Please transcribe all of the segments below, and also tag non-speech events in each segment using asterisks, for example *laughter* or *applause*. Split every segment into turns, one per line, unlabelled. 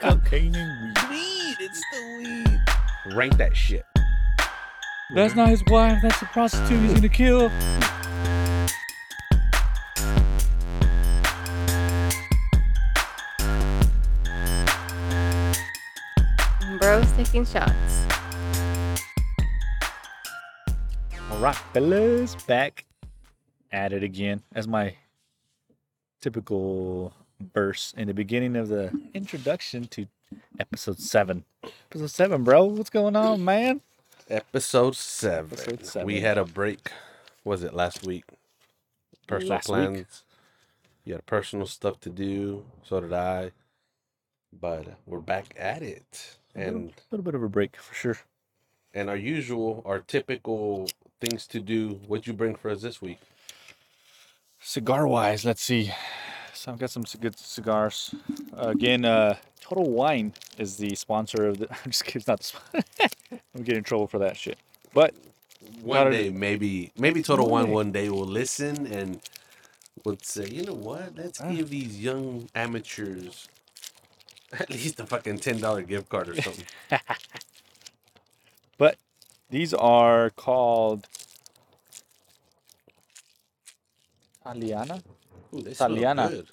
cocaine and weed. It's the weed. Rank that shit.
That's not his wife. That's a prostitute he's gonna kill.
Bro's taking shots.
All right, fellas, back at it again. As my typical verse in the beginning of the introduction to episode seven. Episode seven, bro. What's going on, man?
Episode seven.
Episode seven.
We had a break. Was it last week? Personal
Last week?
plans. You had personal stuff to do. So did I. But we're back at it.
Mm-hmm.
And
a little bit of a break for sure.
and our usual, our typical things to do. What'd you bring for us this week?
Cigar wise, let's see. So I've got some c- good cigars. again, uh, Total Wine is the sponsor of the. *laughs* I'm just kidding. It's not. The sp- *laughs* I'm getting in trouble for that shit. But
One
Gotta-
day, maybe, maybe Total Wine
One day.
one day will listen and would say, you know what? Let's give these young amateurs *laughs* at least a fucking ten dollar gift card or *laughs* something.
but these are called Aliana
Ooh, they smell
Italiana.
good.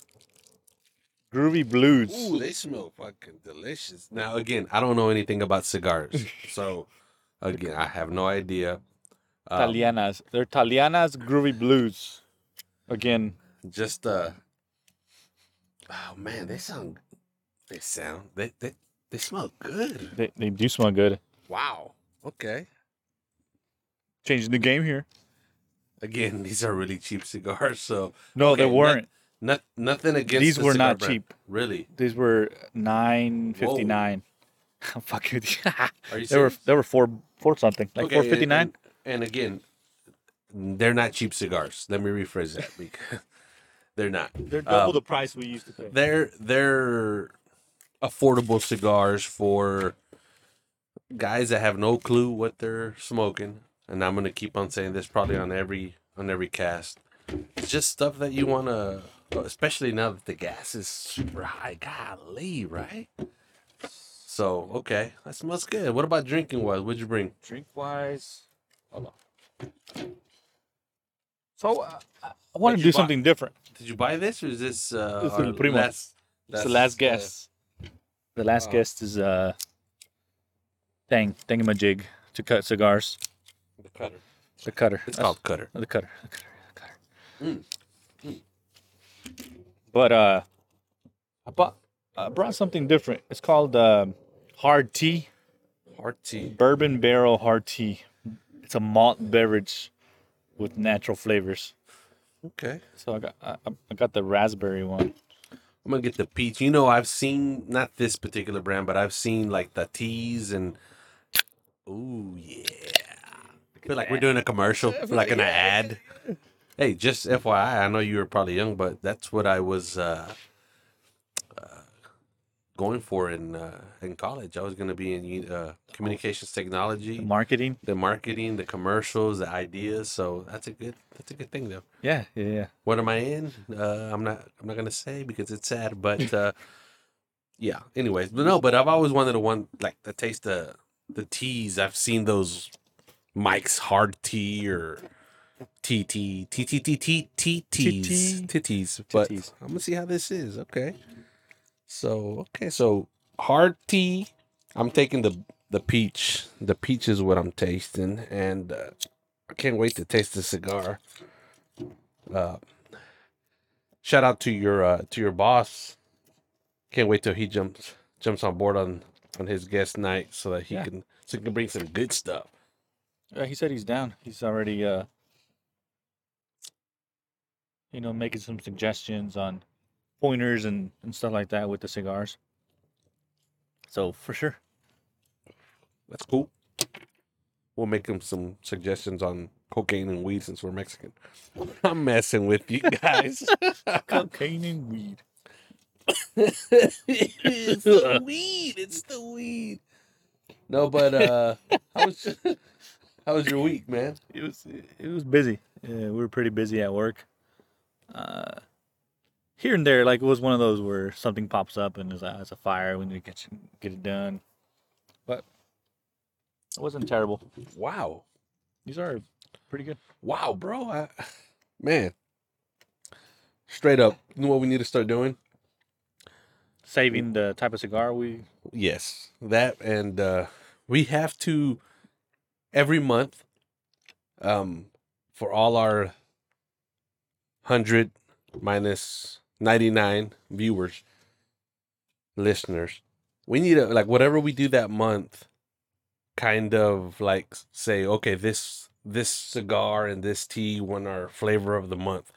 Groovy Blues.
Ooh, they smell fucking delicious. Now, again, I don't know anything about *laughs* cigars, so again, I have no idea. Um,
Talianas. They're Talianas Groovy Blues. Again,
just uh oh man they sound they sound they they, they smell good
they, they do smell good.
wow okay
Changing the game here.
again these are really cheap cigars so
No,
Okay,
they
no-
weren't.
not nothing against
These
the
were
cigar
not
brand.
cheap.
really
These were nine fifty nine. *laughs* I'm fucking with you.
are you
they were
serious?
they were four four something like
Okay,
four fifty nine.
and, and, and again they're not cheap cigars let me rephrase that because *laughs* they're not
They're
double
the price we used to pay.
they're they're affordable cigars for guys that have no clue what they're smoking and i'm gonna keep on saying this probably on every on every cast it's just stuff that you want to especially now that the gas is super high golly right so okay that smells good what about drinking wise what'd you bring
Drink wise, hold on. So uh, I want
But
to
you
do
bought-
something different.
did you buy this or is this uh
This is
our
El Primo.
last-
It's the last
uh,
guest. The last
Oh.
guest is uh, thing thingamajig to cut cigars.
uh, the cutter
The cutter. Mm.
it's
That's-
called cutter
The cutter. The cutter. The cutter. But uh, I bought I brought something different. It's called um hard tea,
hard tea
bourbon barrel hard tea. It's a malt beverage with natural flavors.
okay
So I got I, I got the raspberry one.
I'm gonna get the peach. You know, I've seen not this particular brand, but I've seen like the teas and ooh yeah. I feel like we're doing a commercial, like an ad. Hey, just FYI, I know you were probably young, but that's what I was uh, uh, going for in uh, in college. I was gonna be in uh, communications technology,
Marketing.
the marketing, the commercials, the ideas. So that's a good that's a good thing though.
Yeah, yeah, yeah.
What am I in? Uh, I'm not. I'm not gonna say because it's sad. But uh, yeah. Anyways, but no. But I've always wanted to one like the taste the the teas. I've seen those Mike's hard tea or tea tea tea tea tea tea tea teas
Tea.
titties. But I'm
Titties.
gonna see how this is. Okay. So okay. So hard tea. I'm taking the the peach. The peach is what I'm tasting, and uh, I can't wait to taste the cigar. Uh, shout out to your uh, to your boss. Can't wait till he jumps jumps on board on on his guest night so that he
Yeah.
can so he can bring some good stuff.
Yeah, he said he's down. He's already, uh, you know, making some suggestions on pointers and, and stuff like that with the cigars. So for sure,
That's cool. We'll make him some suggestions on cocaine and weed since we're Mexican. *laughs* I'm messing with you guys.
cocaine and weed.
*laughs* it's the weed. It's the weed. No, but uh, how was *laughs* how was your week, man?
It was it was busy. Yeah, we were pretty busy at work. Uh, here and there, like it was one of those where something pops up and there's a, it's a fire. We need to get get it done, but it wasn't terrible.
Wow.
These are pretty good.
Wow, bro. I, man. Straight up. You know what we need to start doing?
Saving the type of cigar we
Yes. That and uh we have to every month um for all our 100 minus 99 viewers listeners. We need to like whatever we do that month kind of like say okay this this cigar and this tea won our flavor of the month.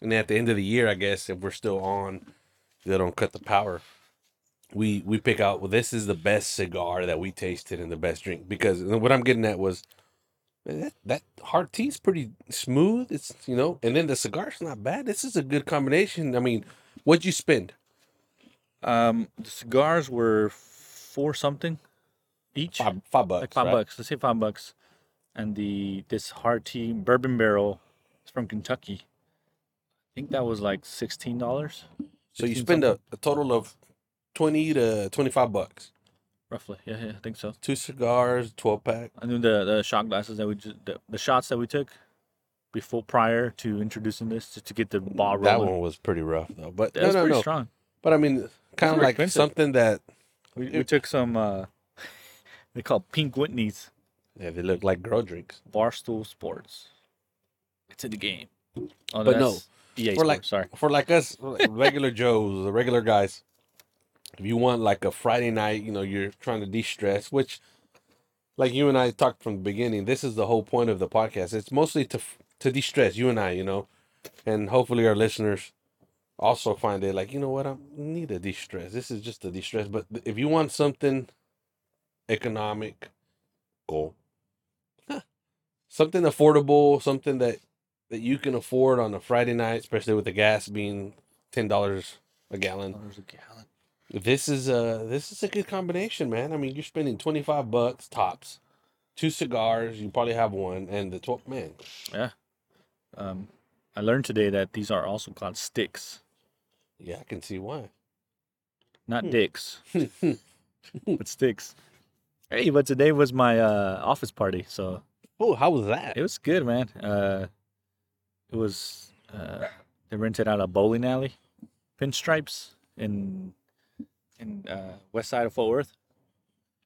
And at the end of the year, I guess if we're still on they don't cut the power we we pick out well this is the best cigar that we tasted and the best drink because what I'm getting at was man, that that hard tea's pretty smooth it's you know and then the cigar's not bad this is a good combination I mean what'd you spend
Um, the cigars were four something each,
five, five bucks
like five
right?
bucks. Let's say five bucks. And the this hard tea bourbon barrel is from Kentucky. I think that was like sixteen dollars,
so you
16
spend a, a total of twenty to twenty five bucks
roughly. Yeah, yeah, I think so.
two cigars twelve pack
I knew the the shot glasses that we just, the, the shots that we took before prior to introducing this just to get the ball rolling.
that one was pretty rough though but
That
no
was
no
pretty
no
strong.
but I mean kind of
pretty
like
expensive.
something that
We, we took some. uh *laughs* They call pink Whitney's
yeah they look like girl drinks
Barstool Sports. It's in the game. Oh,
But no,
that's EA
for like
Sports, sorry.
for like us regular Joes, the regular guys. If you want like a Friday night, you know, you're trying to de-stress, which, like you and I talked from the beginning, this is the whole point of the podcast. It's mostly to f- to de-stress you and I, you know, and hopefully our listeners also find it like you know what I need a de-stress. This is just a de-stress. But th- if you want something economic, goal, something affordable, something that that you can afford on a Friday night, especially with the gas being ten dollars Oh, a gallon.
Dollars a gallon.
This is a this is a good combination, man. I mean, you're spending twenty five bucks tops, two cigars. You probably have one, and the twelve man.
Um, I learned today that these are also called sticks,
Yeah, I can see why. *laughs* Hmm.
not dicks, but sticks. Hey, but today was my uh, office party, so
oh, how was that?
it was good, man. Uh, it was uh, they rented out a bowling alley, pinstripes in in uh, west side of Fort Worth.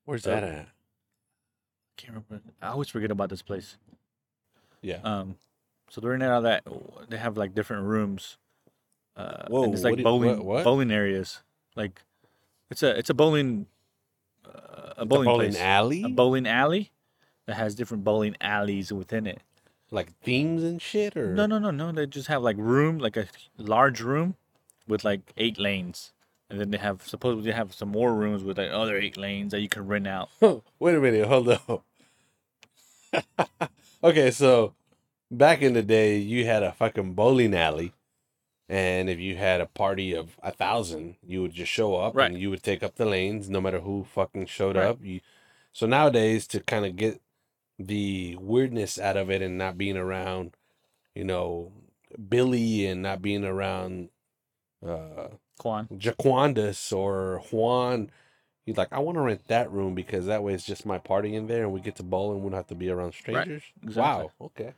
Where's
that
that at?
Can't remember. I always forget about this place.
Yeah.
Um, so during that, all that they have like different rooms. Uh, Whoa!
Whoa,
And it's
what
like
do you-
bowling
what- what?
bowling areas. Like, it's a it's a bowling uh, a bowling,
bowling
place.
alley,
a bowling alley that has different bowling alleys within it.
like themes and shit, or
No, no, no, no. They just have like room, like a large room with like eight lanes, and then they have supposedly they have some more rooms with like other eight lanes that you can rent out.
*laughs* Wait a minute, hold up. *laughs* okay, so back in the day, you had a fucking bowling alley, and if you had a party of a thousand, you would just show up
Right.
and you would take up the lanes, no matter who fucking showed
Right.
up. You, so nowadays, to kind of get the weirdness out of it and not being around, you know, Billy and not being around. Uh,
Quan.
Jaquandus or Juan. He's like, I want to rent that room because that way it's just my party in there and we get to bowl and we don't have to be around strangers.
exactly.
Wow. Okay.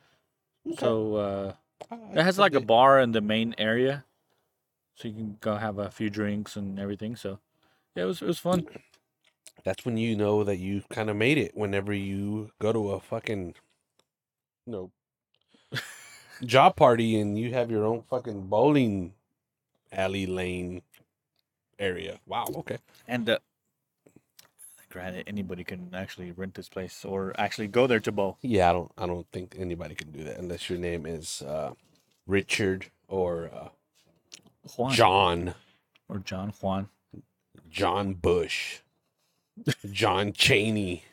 Okay.
So. uh
I-
It has
I
like a
dig-
bar in the main area, so you can go have a few drinks and everything. So, yeah, it was it was fun.
That's when you know that you kind of made it whenever you go to a fucking, you
*laughs*
know, job party and you have your own fucking bowling alley lane area. Wow. Okay.
And uh, granted, anybody can actually rent this place or actually go there to bowl.
Yeah, I don't I don't think anybody can do that unless your name is uh Richard or uh
Juan
John,
or John Juan,
John Bush, John Cheney.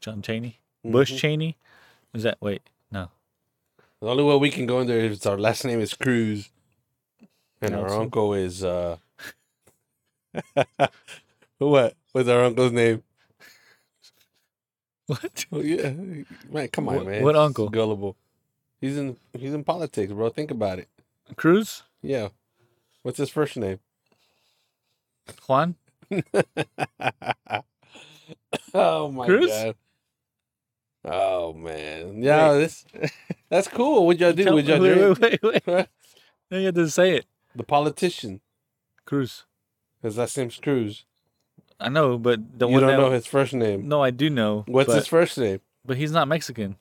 John Cheney, Bush
Mhm.
Cheney. Is that wait? No,
The only way we can go in there is our last name is Cruz, and our
Nelson.
uncle is uh. *laughs* what? What's our uncle's name?
*laughs* what?
Oh, yeah, man, come on,
What-
man.
what
This is
uncle?
Gullible. He's in. He's in politics, bro. Think about it.
Cruz?
Yeah. What's his first name?
Juan?
*laughs* oh my
Cruz?
god. Oh man. Yeah, this *laughs* that's cool. What y'all do?
Tell-
What y'all
wait,
do?
wait, wait, wait.
*laughs*
No, you had to say it.
The politician.
Cruz.
His last name's Cruz.
I know, but the
you
one
don't
that-
know his first name.
No, I do know.
What's
but,
his first name?
But he's not Mexican.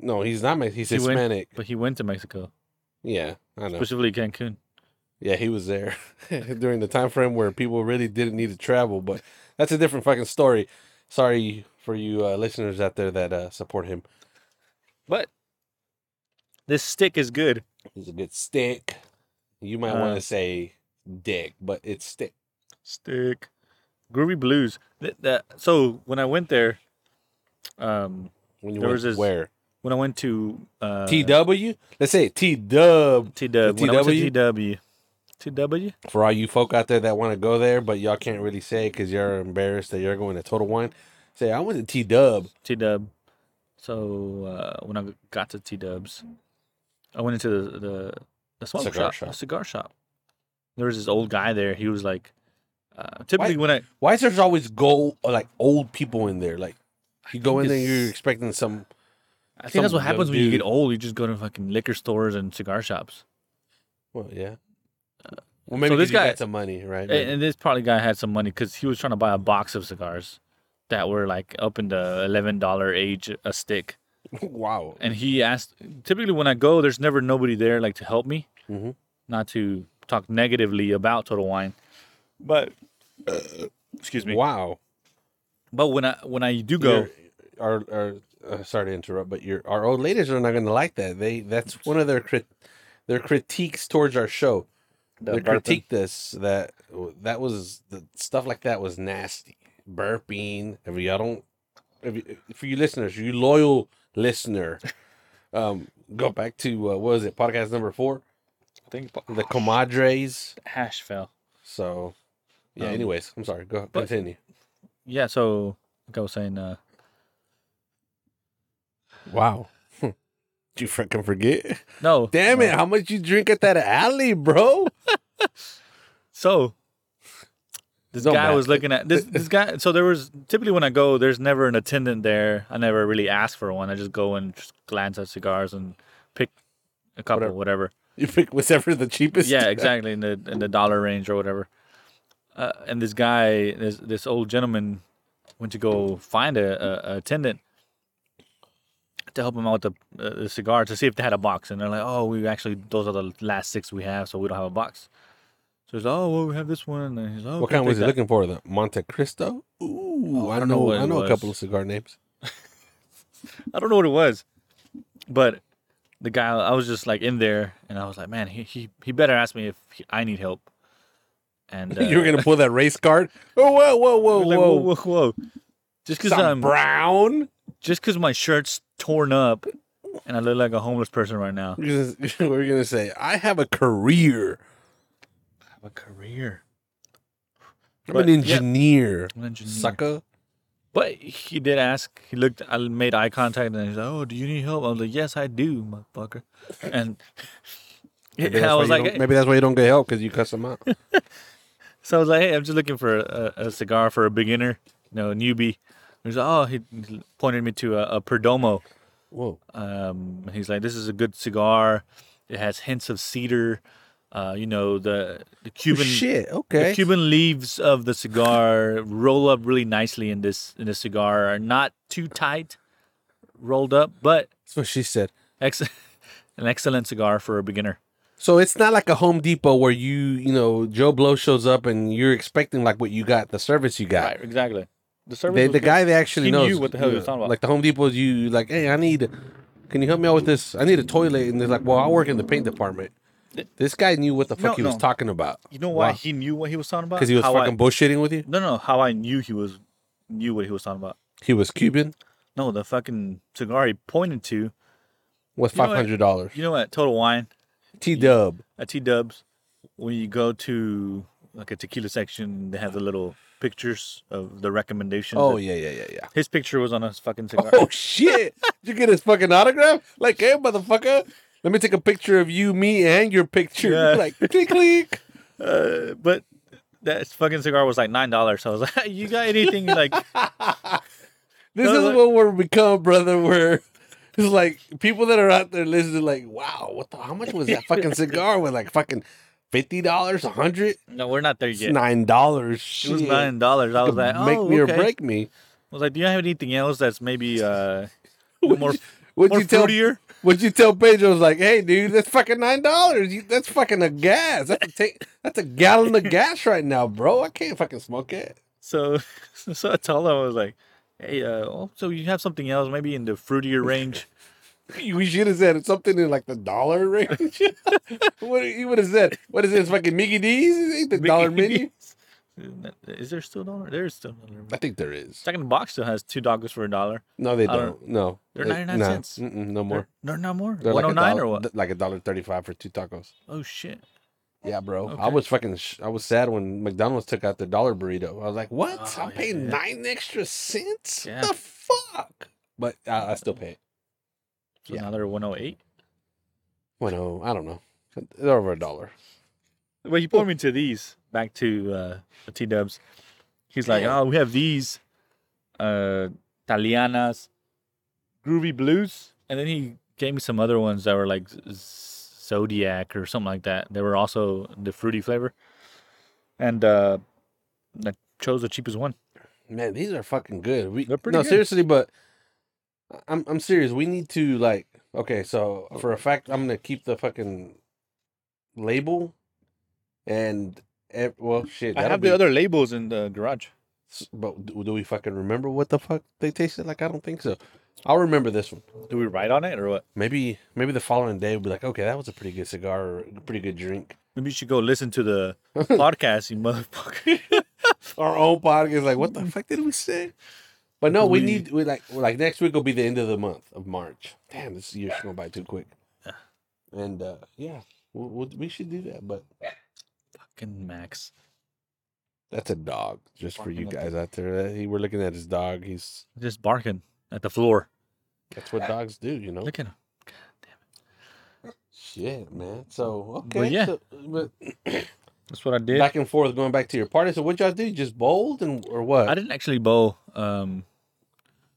No, he's not Mexican. He's
He went-
Hispanic.
But he went to Mexico,
Yeah, I know.
specifically Cancun.
Yeah, he was there *laughs* during the time frame where people really didn't need to travel, but that's a different fucking story. Sorry for you uh, listeners out there that uh, support him.
But this stick is good.
He's a good stick. You might
Uh,
want to say dick, but it's stick.
Stick. Groovy Blues. Th- that- so when I went there, um,
When you
There
went
was
to
this-
where?
when I went to uh,
TW? Let's say T Dub
T Dub. When I went to
TW?
T W. T W.
for all you folk out there that want to go there, but y'all can't really say because you're embarrassed that you're going to Total Wine. Say I went to T Dub.
T Dub. So uh, when I got to T Dub's, I went into the the, the smoke
Cigar
shop,
shop.
a cigar shop. There was this old guy there. He was like, uh, typically when I
Why is there's always go like old people in there? Like you go in
think
there, you're
it's-
expecting some.
I think that's what
Some
happens
young
when you
dude.
get old. You just go to fucking liquor stores and cigar shops.
Well, yeah. Well, maybe
Uh, so this
'cause you
guy-
got some money, right?
And, and this probably guy had some money because he was trying to buy a box of cigars that were like up in the eleven dollar age a stick.
*laughs* wow.
And he asked. Typically, when I go, there's never nobody there like to help me,
Mhm.
not to talk negatively about Total Wine. But excuse me.
Wow.
But when I when I do go,
You're- Our, our uh, sorry to interrupt, but your our old ladies are not going to like that. They that's one of their crit, their critiques towards our show.
the
they
burping-
critiqued us that that was the stuff like that was nasty burping if y'all don't if you, for you listeners you loyal
*laughs*
listener um go back to uh, what was it podcast number four
I think
the comadres
hash fell.
so yeah
Um,
anyways i'm sorry go
but-
continue
Yeah. So like I was saying, uh,
wow *laughs* Did you fucking forget?
no.
Damn
no.
it! How much you drink at that alley, bro?
So this
Don't
guy
matter.
was looking at this this guy so there was typically when I go there's never an attendant there. I never really ask for one. I just go and just glance at cigars and pick a couple whatever.
You pick whatever the cheapest. *laughs*
*laughs* Yeah, exactly in the in the dollar range or whatever. Uh, and this guy this this old gentleman went to go find a, a, a attendant to help him out with the, uh, the cigar to see if they had a box. And they're like, oh, we actually, those are the last six we have, so we don't have a box. So he's like, oh, well, we have this one. And he's like,
What
"Okay,
kind
take
was he
that."
looking for? The Monte Cristo. Ooh, Oh, I,
don't know
know.
what
I
it
know a
was.
couple of cigar *laughs* names.
I don't know what it was, but the guy, I was just like in there, and I was like, man, he he, he better ask me if he, I need help.
*laughs*
And uh,
you were gonna pull that race card. Oh, whoa, whoa, whoa,
like,
whoa,
whoa, whoa, whoa. Just because
Some
I'm
brown. *laughs*
just because my shirt's torn up, and I look like a homeless person right now.
We're gonna, we're gonna say I have a career.
I have a career.
I'm
But,
an
yeah.
engineer.
I'm an engineer.
Sucker.
But he did ask. He looked. I made eye contact, and he's like, "Oh, do you need help?" I was like, "Yes, I do, motherfucker." And,
*laughs* Maybe
and
that's
*laughs*
why
I was
you
like, eh.
don't-
"Hey."
maybe that's why you don't get help because you cuss them out. *laughs*
So I was like, hey, I'm just looking for a, a cigar for a beginner, you know, a newbie. He's like, oh, he pointed me to a, a Perdomo.
Whoa.
Um, and he's like, this is a good cigar. It has hints of cedar. Uh, you know, the, the Cuban
Oh, Shit.
the
Okay.
Cuban leaves of the cigar roll up really nicely in this in this cigar. Are not too tight, rolled up, but
That's what she said.
ex- *laughs* an excellent cigar for a beginner.
So it's not like a Home Depot where you, you know, Joe Blow shows up and you're expecting like what you got, the service you got.
exactly. The
They, the guy they actually
He
knows
knew what the hell he was
uh,
talking about.
Like the Home Depot, you like, hey, I need. Can you help me out with this? I need a toilet, and they're like, well, I work in the paint department. This guy knew what the fuck
No,
he was
no.
talking about.
You know why
Wow.
he knew what he was talking about?
Because he was
How I-
fucking bullshitting with you.
No, no, how I knew he was knew what he was talking about.
He was Cuban.
No, the fucking cigar he pointed to.
Was
You know
five
what?
hundred dollars.
You know, at Total Wine,
T Dub.
at T Dubs, when you go to like a tequila section, they have the little pictures of the recommendations.
Oh
that-
yeah, yeah, yeah, yeah.
His picture was on his fucking cigar.
*laughs* Oh shit! Did you get his fucking autograph? Like, hey, motherfucker, let me take a picture of you, me, and your picture.
Yeah. *laughs*
Like, click, click.
Uh, but that fucking cigar was like nine dollars. So I was like, *laughs* "You got anything like?"
This
No,
is
like-
what we're become, brother. Where it's like people that are out there listening, like, wow, what the? How much was that
*laughs*
fucking cigar? Was like fucking fifty dollars, a hundred,
No, we're not there
It's
yet.
nine dollars.
It was nine dollars. I was like, "Oh,
make me
okay."
or break me.
I was like, "Do you have anything else that's maybe
*laughs*
uh more
What'd
more
you tell?
fruitier?"
What'd you tell Pedro? I was like, hey, dude, that's fucking nine dollars. You That's fucking a gas. That's a take. That's a gallon
*laughs*
of gas right now, bro. I can't fucking smoke it.
So, *laughs* so I told him I was like, "Hey, uh, oh, so you have something else maybe in the fruitier range?"
*laughs* We should have said something in like the dollar range. *laughs* what you would have said? What is this fucking Mickey D's?
*laughs*
Ain't the dollar menu?
Is there still dollar? There is still dollar.
I think there is.
Second box still has two doggos for a dollar.
No, they
I don't-
don't. no,
They're
They-
99
nah.
cents.
Mm-mm, no
Or
more.
No, not more.
They're
One
like
oh
a
nine
dollar,
or what?
th- Like a dollar thirty-five for two tacos.
Oh shit!
Yeah, bro. I
Okay.
was fucking. Sh- I was sad when McDonald's took out the dollar burrito. I was like, "What?
Oh,
I'm
yeah,
paying
yeah.
nine extra cents?
Yeah.
What the fuck?" But uh, I still pay it.
So
Yeah.
now they're one oh eight.
Well, no, I don't know. They're over a dollar.
Well, he poured me to these back to uh, the T Dubs. He's like,
Yeah.
oh, we have these uh, Talianas, Groovy Blues, and then he gave me some other ones that were like Z- Zodiac or something like that. They were also the fruity flavor, and uh, I chose the cheapest one.
Man, these are fucking good. We
They're pretty
no
good.
seriously, but I'm I'm serious. We need to like okay. So
Oh.
for a fact, I'm gonna keep the fucking label, and ev- well, shit. that'll be-
other labels in the garage.
s- But do do we fucking remember what the fuck they tasted like? I don't think so. I'll remember this one.
Do we write on it or what?
Maybe maybe the following day we'll be like, okay, that was a pretty good cigar, or a pretty good drink.
Maybe you should go listen to *laughs* the podcast, you motherfucker.
Our own podcast, like, what the fuck did we say? Mm-hmm. But no, we,
We-
need we like well, like next week will be the end of the month of March. Damn, this year's going by too quick. And uh yeah, we'll, we'll, we should do that. But
Fucking Max.
that's a dog, just for you
Barking at
guys out there. Uh, He, we're looking at his dog. He's
Just barking at the floor.
that's what dogs do, you know.
Look at him.
Shit, man. So okay,
Well, yeah.
so- Mm-hmm. but
That's what I did.
back and forth going back to your party. So what y'all do? You Just bowled and or what?
I didn't actually bowl. Um,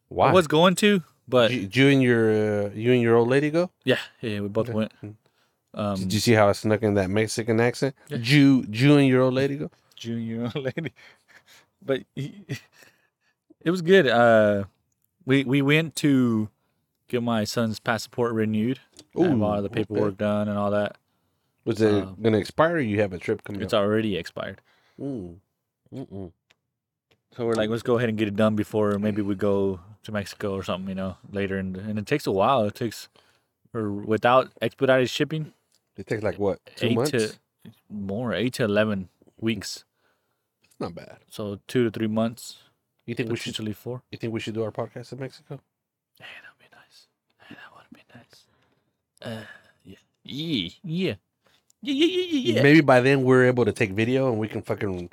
Why?
I was going to, but
Did you, did you and your uh, you and your old lady go?
yeah, yeah, we both went. Um,
Did you see how I snuck in that Mexican accent? Jew, Jew and your old lady go.
junior *laughs* lady, but he, *laughs* it was good. Uh, we we went to get my son's passport renewed. I have
Ooh,
all the
okay.
paperwork done and all that.
Was it
Uh,
gonna expire? or You have a trip coming
It's
up.
already expired.
Mm. Mm-mm.
So we're like, let's go ahead and get it done before maybe we go to Mexico or something, you know, later. And and it takes a while. It takes, or without expedited shipping,
It takes like what two
eight
months?
to more, eight to eleven weeks.
It's not bad.
So two to three months,
You think we
which
should?
usually four.
You think we should do our podcast in Mexico?
Hey, that'd be nice. Hey, that would be nice. Uh, yeah. Yeah. Yeah. Yeah, yeah, yeah, yeah, yeah.
Maybe by then we're able to take video and we can fucking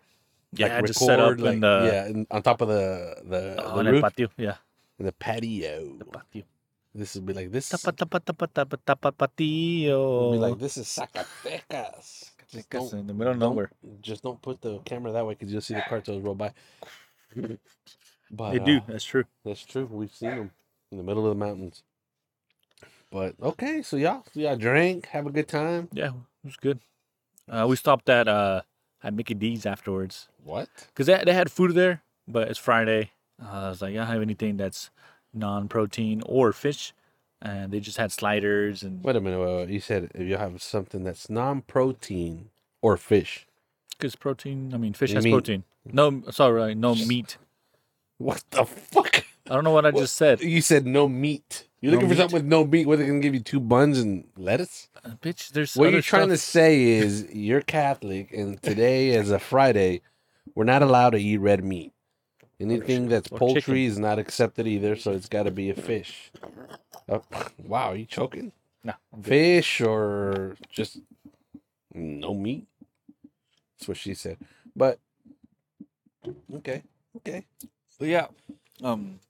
yeah,
like record
just set up
like
in the,
yeah in, on top of the the,
uh,
the
on el
roof
patio. Yeah.
the patio. This would be like this.
Tapa, tapa, tapa, tapa, tapa,
It'd
patio.
be like this is Zacatecas. Just
Because
don't,
in the middle of
don't-
nowhere.
just don't put the camera that way because you'll see the cartels roll by. But
They do.
uh,
That's true.
that's true. We've seen them in the middle of the mountains. But okay, so y'all, so y'all drank, have a good time.
Yeah, it was good. Uh, we stopped at uh at Mickey D's afterwards
What?
because they, they had food there, but it's Friday. Uh, I was like, I don't have anything that's non-protein or fish, and they just had sliders and
Wait a minute. Wait, wait, You said if you have something that's non-protein or fish.
Because protein, I mean, fish
You
has
mean-
protein. No, sorry, like, no meat.
What the fuck?
I don't know what I
What?
just said.
You said no meat. You're
No
looking for
meat?
something with no meat. What are they gonna give you? Two buns and lettuce?
Uh, bitch, there's
What
other
you're trying to
stuff.
say is you're Catholic, and today is a Friday. We're not allowed to eat red meat. Anything that's
Or
poultry
chicken.
is not accepted either, so it's got to be a fish. Oh, *laughs* wow, are you choking?
No, I'm good.
Fish or just no meat? That's what she said. But okay, okay.
But yeah, um,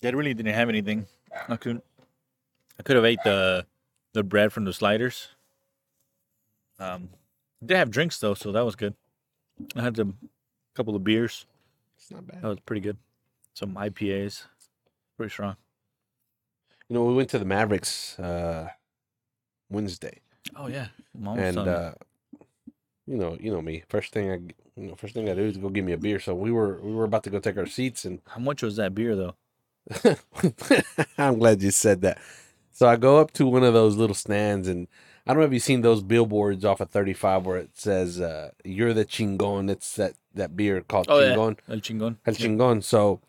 they really didn't have anything. I couldn't. I could have ate the the bread from the sliders. Um, Did have drinks though, so that was good. I had a couple of beers.
It's not bad.
That was pretty good. Some IPAs, pretty strong.
You know, we went to the Mavericks uh, Wednesday,
Oh yeah, Mom
and uh, you know, you know me. First thing I, g- you know, first thing I do is go give me a beer. So we were we were about to go take our seats, and *laughs*
How much was that beer though?
I'm glad you said that. So I go up to one of those little stands, and I don't know if you've seen those billboards off of 35 where it says uh, "You're the Chingon." It's that that beer called
Oh, yeah.
Chingon,
El Chingon.
El Chingon. So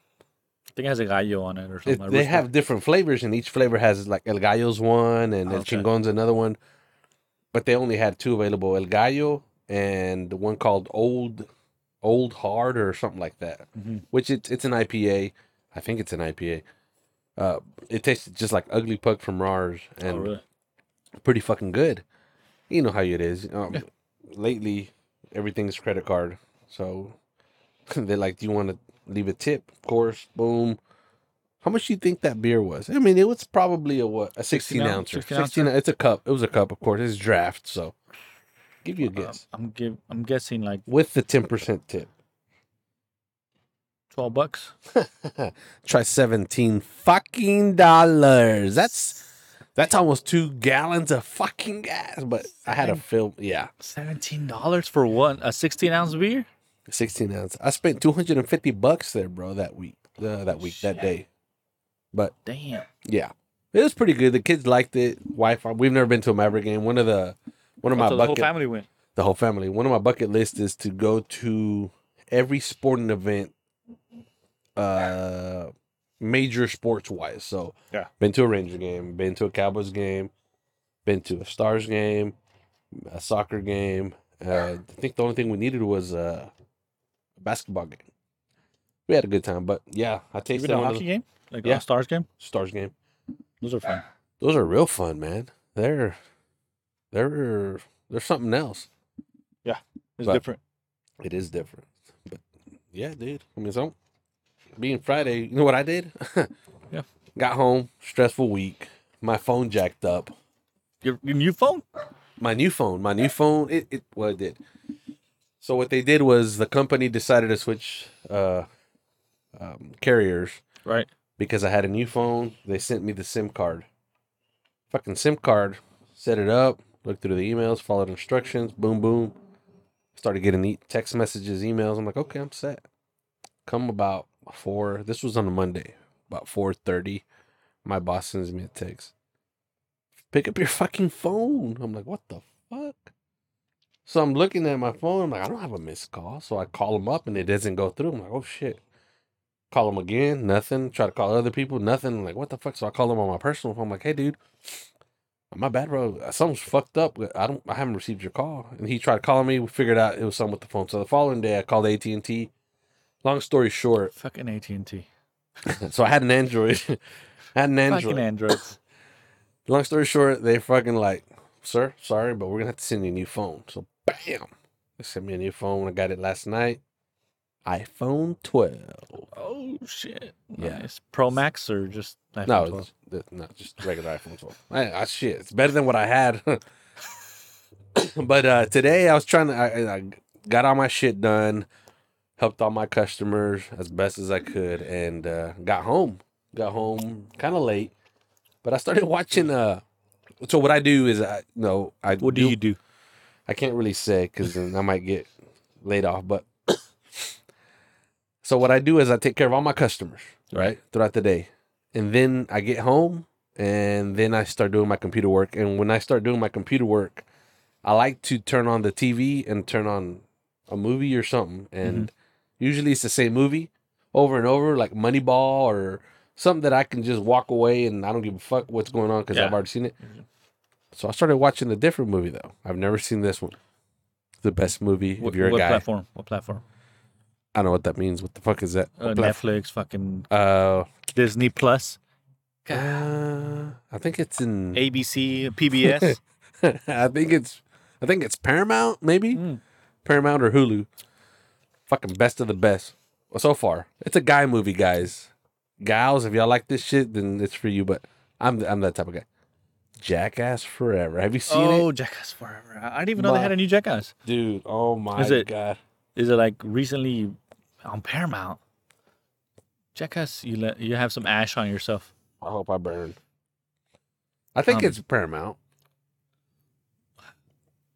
I think it has a gallo on it or
it,
something. I
they
whispered.
have different flavors, and each flavor has like El Gallo's one, and El
Okay.
Chingon's another one. But they only had two available: El Gallo and the one called Old Old Hard or something like that.
Mhm.
Which it's it's an IPA. I think it's an IPA. Uh, it tasted just like Ugly Puck from Rars, and
Oh really?
pretty fucking good. You know how it is. Um,
Yeah.
Lately, everything's credit card. So *laughs* they're like, do you want to leave a tip? Of course. Boom. How much do you think that beer was? I mean, it was probably a what? A 16
16 ounce-
ouncer.
16
16,
ouncer?
It's a cup. It was a cup, of course. It's draft. So give you a
Um,
guess.
I'm give. I'm guessing like
With the 10% tip. *laughs*
twelve bucks.
Try 17 fucking dollars. That's. That's almost two gallons of fucking gas, but I had a film. Yeah,
Seventeen dollars for one a sixteen ounce beer.
16 ounce. I spent 250 bucks there, bro, that week, uh, that week, that
Shit.
day. But
Damn.
yeah, it was pretty good. The kids liked it. Wife, we've never been to a Maverick game. One of the, one of my
Oh, so the whole
bucket,
family went.
the whole family. One of my bucket list is to go to every sporting event, uh, major sports wise. So
Yeah.
been to a Ranger game, been to a Cowboys game, been to a Stars game, a soccer game. Uh, I think the only thing we needed was uh, a basketball game. We had a good time, but yeah, I
You
tasted
went to a
one of
hockey
the
game, like
Yeah.
a Stars game.
Stars game.
Those are fun.
Those are real fun, man. They're they're they're something else.
It's
But-
different.
It is different. But yeah, dude. I mean, so being Friday, you know what I did? *laughs*
Yeah.
Got home, stressful week. My phone jacked up.
Your, your new phone?
My new phone, my new phone, it, it well, it did. So what they did was the company decided to switch uh, um, carriers
Right.
because I had a new phone. They sent me the SIM card. Fucking SIM card. Set it up. Looked through the emails. Followed instructions. Boom, boom. Started getting e- text messages, emails. I'm like, okay, I'm set. Come about four. This was on a Monday, about four thirty. My boss sends me a text. Pick up your fucking phone. I'm like, what the fuck? So I'm looking at my phone. I'm like, I don't have a missed call. So I call them up and it doesn't go through. I'm like, oh shit call them again, nothing. Try to call other people, nothing. I'm like, what the fuck? So I call them on my personal phone. I'm like, hey, dude, my bad, bro. Something's fucked up. I don't, I haven't received your call. And he tried calling me. We figured out it was something with the phone. So the following day, I called AT and T. Long story short,
Fucking AT and T.
so I had an Android. *laughs* I had an Android.
Fucking Androids.
Long story short, they fucking like, sir, sorry, but we're gonna have to send you a new phone. So bam, they sent me a new phone. I got it last night. iPhone 12.
Oh shit!
Yeah.
Nice. Pro Max or just iPhone
No,
12?
it's th- no, just regular iPhone 12. I, I, shit, it's better than what I had. *laughs* but uh, today I was trying to, I, I got all my shit done, helped all my customers as best as I could, and uh, got home. Got home kind of late, but I started watching. Uh, so what I do is I no, I
What do you do?
I can't really say because then I might get laid off. But so what I do is I take care of all my customers right throughout the day, and then I get home and then I start doing my computer work. And when I start doing my computer work, I like to turn on the TV and turn on a movie or something. And
Mm-hmm.
usually it's the same movie over and over, like Moneyball or something that I can just walk away and I don't give a fuck what's going on because I've
Yeah.
already seen it. So I started watching a different movie though. I've never seen this one. The best movie
What,
if you're a
what
guy.
platform? What platform?
I don't know what that means. What the fuck is that?
Uh,
What plat-
Netflix, fucking
uh,
Disney Plus,
uh, I think it's in.
ABC, PBS.
*laughs* I think it's I think it's Paramount, maybe
Mm.
Paramount or Hulu. Fucking best of the best well, so far. It's a guy movie, guys. Gals, if y'all like this shit, then it's for you. But I'm I'm that type of guy. Jackass Forever. Have you seen
oh,
it,
Jackass Forever. I I didn't even know they
My-
had a new Jackass.
dude? Oh my
Is it-
god!
Is it like recently on Paramount? Jackass, you let, you have some ash on yourself.
I hope I burn. I think
Um,
it's Paramount.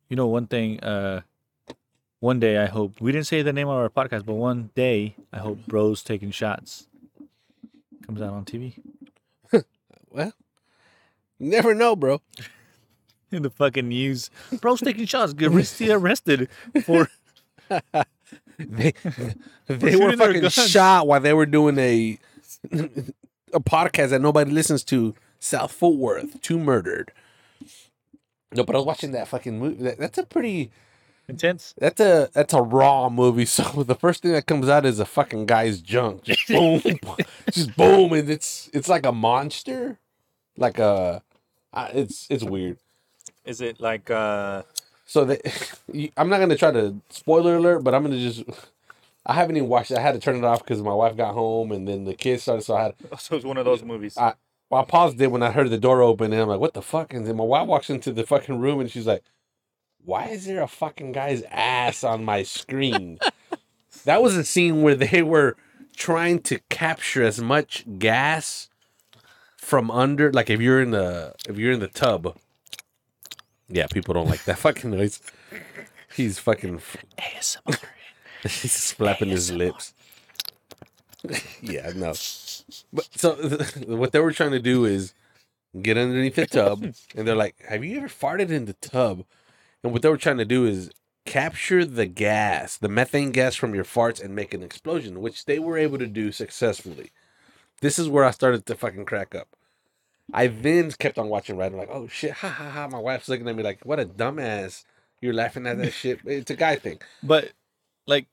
You know, one thing. Uh, one day I hope we didn't say the name of our podcast, but one day I hope Bros Taking Shots comes out on TV
Well, you never know, bro.
in the fucking news. Bros Taking Shots get arrested- arrested *laughs* for
They they
shooting
were
their
fucking
guns.
shot while they were doing a *laughs* a podcast that nobody listens to. South Fort Worth, two murdered. No, but I was watching that fucking movie. That, that's a pretty.
intense.
That's a that's a raw movie. *laughs* So the first thing that comes out is a fucking guy's junk. Just
*laughs*
boom, just boom, and it's it's like a monster, like a. I- It's it's weird.
*laughs* Is it like uh?
So they, *laughs* you- I'm not gonna try to spoiler alert, but I'm gonna just. I haven't even watched it. I had to turn it off because my wife got home and then the kids started. So I had.
So it's one of those movies.
I, well, I paused it when I heard the door open and I'm like, what the fuck? And then my wife walks into the fucking room and she's like, why is there a fucking guy's ass on my screen? that was a scene where they were trying to capture as much gas from under like if you're in the if you're in the tub yeah people don't like that *laughs* fucking noise he's fucking
ASMR.
*laughs* He's flapping his lips. yeah, no. But so *laughs* what they were trying to do is get underneath the tub, and they're like, "Have you ever farted in the tub?" And what they were trying to do is capture the gas, the methane gas from your farts, and make an explosion, which they were able to do successfully. This is where I started to fucking crack up. I then kept on watching, right? I'm like, "Oh shit, ha ha ha!" My wife's looking at me like, "What a dumbass." You're laughing at that shit. It's a guy thing.
*laughs* But like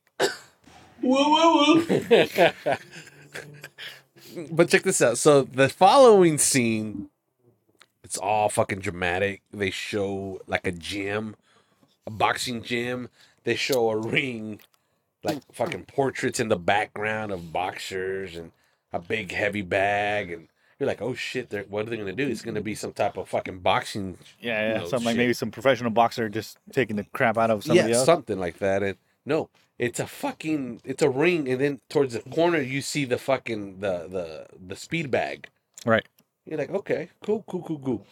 but check this out. So the following scene, it's all fucking dramatic. They show like a gym, a boxing gym. They show a ring, like fucking portraits in the background of boxers and a big heavy bag. And you're like, oh shit, they're, what are they gonna do? It's gonna be some type of fucking boxing
yeah, yeah
No
something like
shit.
maybe some professional boxer just taking the crap out of somebody
yeah,
else.
something like that. And no, it's a fucking it's a ring, and then towards the corner you see the fucking the the the speed bag.
Right.
You're like, okay, cool, cool, cool, cool.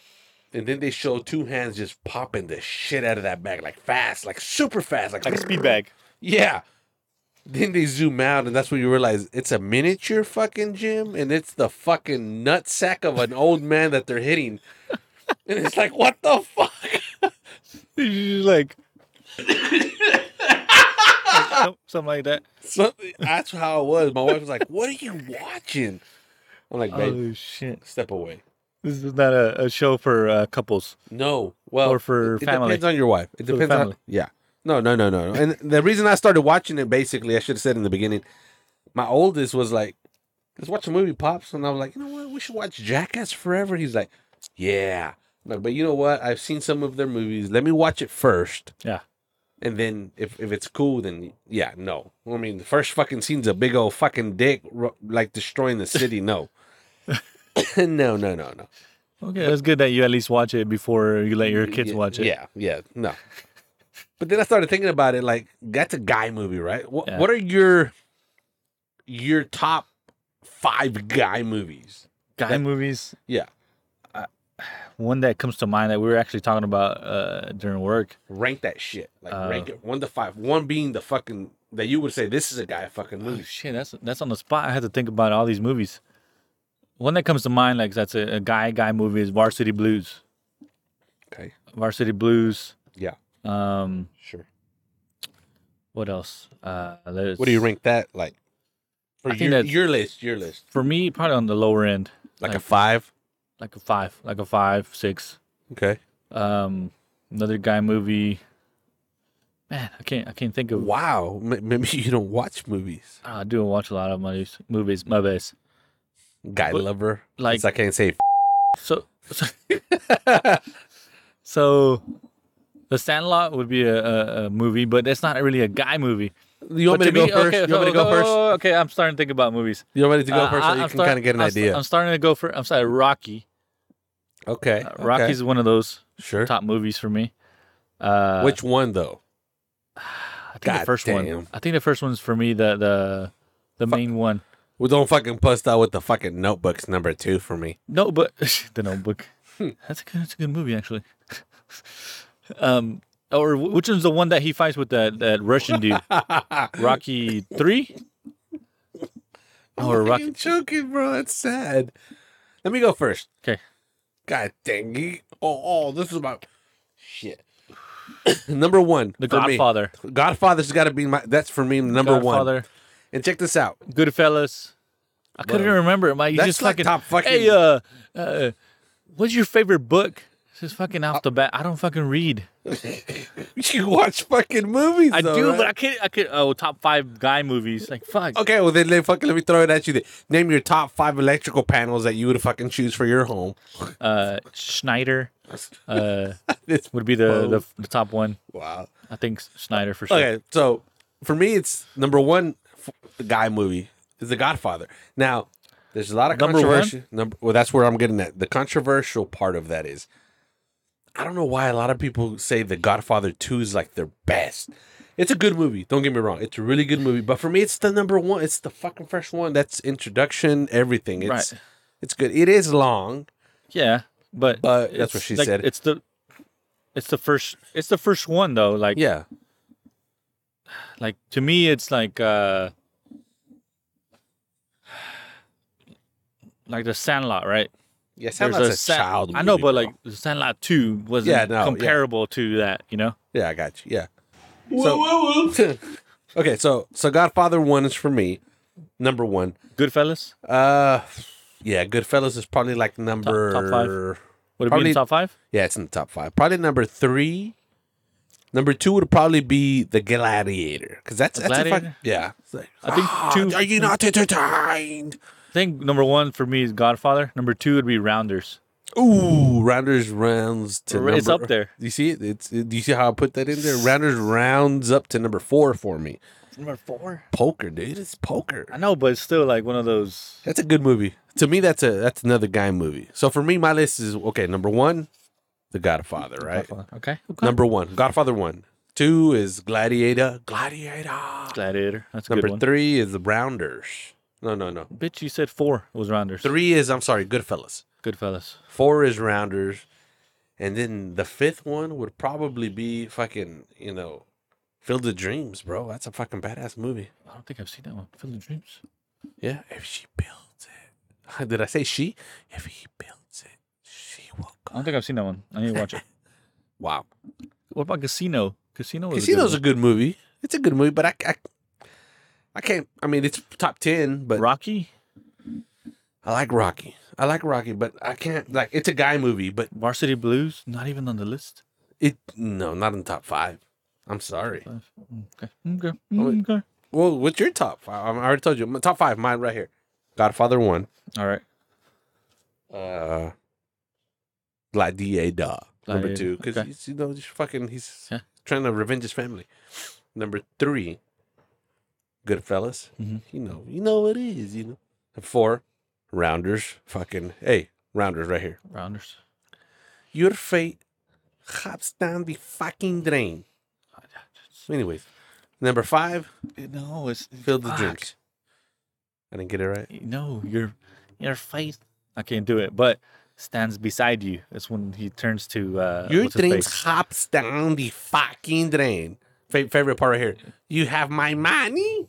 And then they show two hands just popping the shit out of that bag, like fast, like super fast, like,
Like a speed bag.
Yeah. Then they zoom out, and that's when you realize it's a miniature fucking gym, and it's the fucking nutsack of an old man that they're hitting. And it's like, what the fuck? *laughs*
You're just like Some- something like that.
So that's how it was. My wife was like, "What are you watching?" I'm like, "Babe,
Oh shit!
step away."
This is not a, a show for uh, couples.
No, well,
Or for
it, it
family.
depends on your wife. It
For the
depends on
family.
yeah. No, no, no, no. no. And the reason I started watching it, basically, I should have said in the beginning, my oldest was like, "Let's watch a movie, pops," and I was like, "You know what? We should watch Jackass Forever." He's like, "Yeah." I'm like, but you know what? I've seen some of their movies. Let me watch it first.
Yeah.
And then if, if it's cool, then yeah, no. I mean, the first fucking scene's a big old fucking dick, ro- like destroying the city. No. *laughs* no, no, no, no.
Okay, that's good that you at least watch it before you let your kids
yeah,
watch it.
Yeah, yeah, no. but then I started thinking about it. Like that's a guy movie, right? What
Yeah.
What are your your top five guy movies?
Guy
That-
movies.
Yeah,
One that comes to mind that we were actually talking about uh, during work.
rank that shit. Like
Uh,
rank it one to five. One being the fucking that you would say this is a guy fucking
Oh
movie.
shit, that's that's on the spot. I had to think about all these movies. One that comes to mind, like that's a, a guy guy movie, is Varsity Blues.
Okay,
Varsity Blues.
Yeah.
Um.
sure.
What else? Uh.
What do you
let's-
rank that like? For
I think
your,
that's-
your list, your list,
For me, probably on the lower end,
like, a
Like-
five.
like a five, like a five, six.
Okay.
Um. Another guy movie. Man, I can't. I can't think of.
Wow, M- maybe you don't watch movies.
I do watch a lot of movies. Movies. Movies.
Guy
But,
lover.
like-
Since I can't say.
So. so *laughs* So, The Sandlot would be a, a, a movie, but it's not really a guy movie.
you want
But
me to go first?
Okay,
you want me to go
so-
first?
oh, okay, I'm starting to think about movies.
You're ready to go
Uh,
first,
I-
so you
I'm
can
start-
kind of get an
I'm st-
idea.
I'm starting to go for. I'm sorry, Rocky.
Okay.
Uh,
okay.
Rocky's is one of those
sure.
top movies for me. Uh,
Which one though?
I think
God
the first
damn.
one. I think the first one's for me the the the main one.
Well, don't fucking puss out with the fucking notebooks number two for me.
No, but *laughs* the Notebook.
Hmm.
that's a good. That's a good movie actually. *laughs* um, or wh- which one's the one that he fights with that that
*laughs*
Russian dude? Rocky three. Or
I'm
Rocky.
fucking choking, bro. That's sad. Let me go first.
'Kay.
God dang it. Oh, oh, this is about shit. *coughs* number one.
The
for me.
Godfather.
Godfather's got to be my. That's for me number one.
Godfather.
And check this out. *laughs*
Goodfellas. I couldn't
Bro.
remember. My you
That's
just
like
fucking
top fucking-
Hey, uh, uh, what's your favorite book? It's Just fucking
Uh,
off the bat. I don't fucking read.
You watch fucking movies.
I
though,
do,
right?
but I can't. I could. Oh, top five guy movies. Like fuck.
Okay, well then, then fucking let me throw it at you. Then. Name your top five electrical panels that you would fucking choose for your home. *laughs*
Uh, Schneider. Uh,
It's-
would be the, the the top one.
wow.
I think Schneider for sure.
Okay, so for me, it's number one f- guy movie is The Godfather. Now, there's a lot of
Number one?
controversy. Number well, that's where I'm getting at. The controversial part of that is, I don't know why a lot of people say The Godfather Two is like their best. It's a good movie. Don't get me wrong. It's a really good movie. But for me, it's the number one. It's the fucking first one. That's introduction, everything. It's
Right.
it's good. It is long.
Yeah, but
But that's
it's
what she
like-
said.
It's the it's the first it's the first one though. Like
Yeah.
like to me it's like uh like the Sandlot, right?
Yes,
There's
Sandlot's a,
Sa-
child.
I know,
movie,
but
bro.
like the Sandlot Two wasn't
Yeah, no, yeah.
comparable to that. You know,
yeah, I got you. Yeah. So, *laughs* okay, so so Godfather one is for me, number one.
Goodfellas
Uh, yeah, Goodfellas is probably like number
five? would it be
Probably-
in the top five?
Yeah, it's in the top five. Probably number three. Number two would probably be the Gladiator, because that's, that's a fuck,
Gladiator?
yeah. It's like,
I think
"Ah,
two-
Are you not entertained?
I think number one for me is Godfather. Number two would be Rounders.
Ooh, Rounders rounds to
It's
number-
up there.
Do you see it? It's do you see how I put that in there? Rounders rounds up to number four for me.
Number four.
Poker, dude, it's poker.
I know, but it's still like one of those.
That's a good movie. To me, that's a that's another guy movie. So for me, my list is okay. Number one, The Godfather, right?
Okay. okay.
Number one, Godfather one. Two is Gladiator. Gladiator.
Gladiator. That's a
Number
good one.
three is The Rounders. No, no, no.
Bitch, you said four was Rounders.
Three is I'm sorry, Goodfellas.
Goodfellas.
Four is Rounders, and then the fifth one would probably be fucking you know, Field of Dreams, bro. That's a fucking badass movie.
I don't think I've seen that one. Field of Dreams.
Yeah, if she builds it. *laughs* Did I say she? If he builds it, she will
I
come.
don't think I've seen that one. I need to
*laughs*
watch it.
Wow.
What about Casino? Casino was
Casino's a
a good
good movie. It's a good movie, but I, I, I can't. I mean, it's top ten, but
one. Rocky,
I like Rocky. I like Rocky, but I can't. Like, it's a guy movie, but
Varsity Blues, not even on the list.
it no, not in top five. I'm sorry.
Five. Okay. Okay.
Oh, wait.
okay.
Well, what's your top five? I already told you. My top five, mine right here. Godfather one,
All right.
uh, Gladiator number
Gladiator,
two, because
okay.
you know he's fucking he's
Yeah.
trying to revenge his family. Number three, Goodfellas.
Mhm.
You know, you know it is. You know, And four, Rounders. Fucking hey, Rounders right here.
Rounders.
Your fate hops down the fucking drain. Anyways, number five,
No, it's
Field of
fuck.
Dreams. I didn't get it right.
No, your your face. I can't do it. But stands beside you. That's when he turns to uh,
Your
what's his
dreams
face?
hops down the fucking drain. Fa- favorite part right here. You have my money.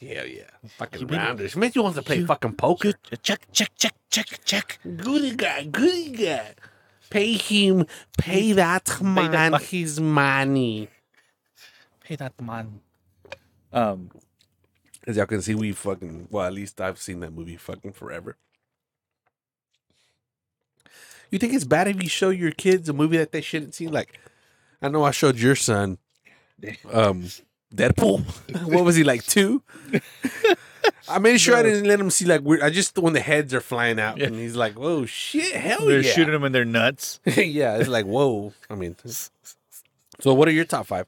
Hell yeah. Fucking
You mean-
rounders. Man, you want to play
You-
fucking poker.
Good. Check. Check. Check. Check. Check.
Goody guy, goody guy. Pay him, pay that man
man.
his money.
Pay that man. Um.
As y'all can see, we fucking, well, at least I've seen that movie fucking forever. You think it's bad if you show your kids a movie that they shouldn't see? Like, I know I showed your son um, Deadpool. *laughs* what was he, like two? I made sure I didn't let him see, like, weird. I just, when the heads are flying out,
Yeah.
and he's like, whoa, shit, hell
They're
yeah.
shooting him in their nuts.
*laughs* yeah, it's like, whoa. I mean, so what are your top five?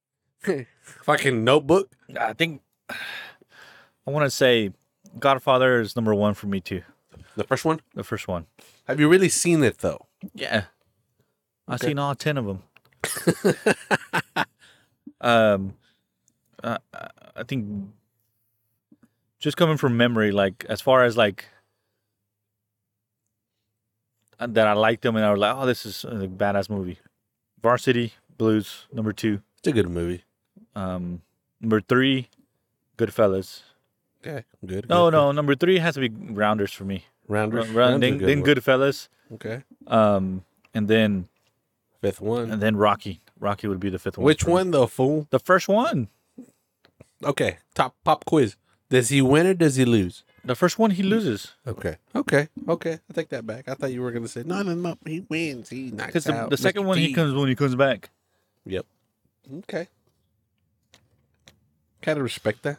*laughs* fucking notebook.
*sighs* I think I want to say Godfather is number one for me too.
The first one?
The first one.
Have you really seen it though?
Yeah. I've
Okay.
seen all 10
*laughs*
of them. um, uh, I- I think just coming from memory, like as far as like uh, that I liked them and I was like, oh, this is a badass movie. Varsity Blues, number two.
It's a good movie.
Um, number three, Goodfellas.
Okay, good.
No,
good.
no, number three has to be Rounders for me.
Rounders.
Round,
Rounders a
then, then
one.
Goodfellas,
Okay,
um, and then
fifth one.
and then Rocky. Rocky would be the fifth one.
Which
for me.
one though, fool?
The first one.
Okay, top pop quiz. Does he win or does he lose?
The first one he loses
Okay, okay, okay. I take that back. I thought you were gonna say no, no, no. He wins. He knocks
because the,
out
the second
Mr.
one he
T."
comes when he comes back.
Yep. Okay. Kind of respect that.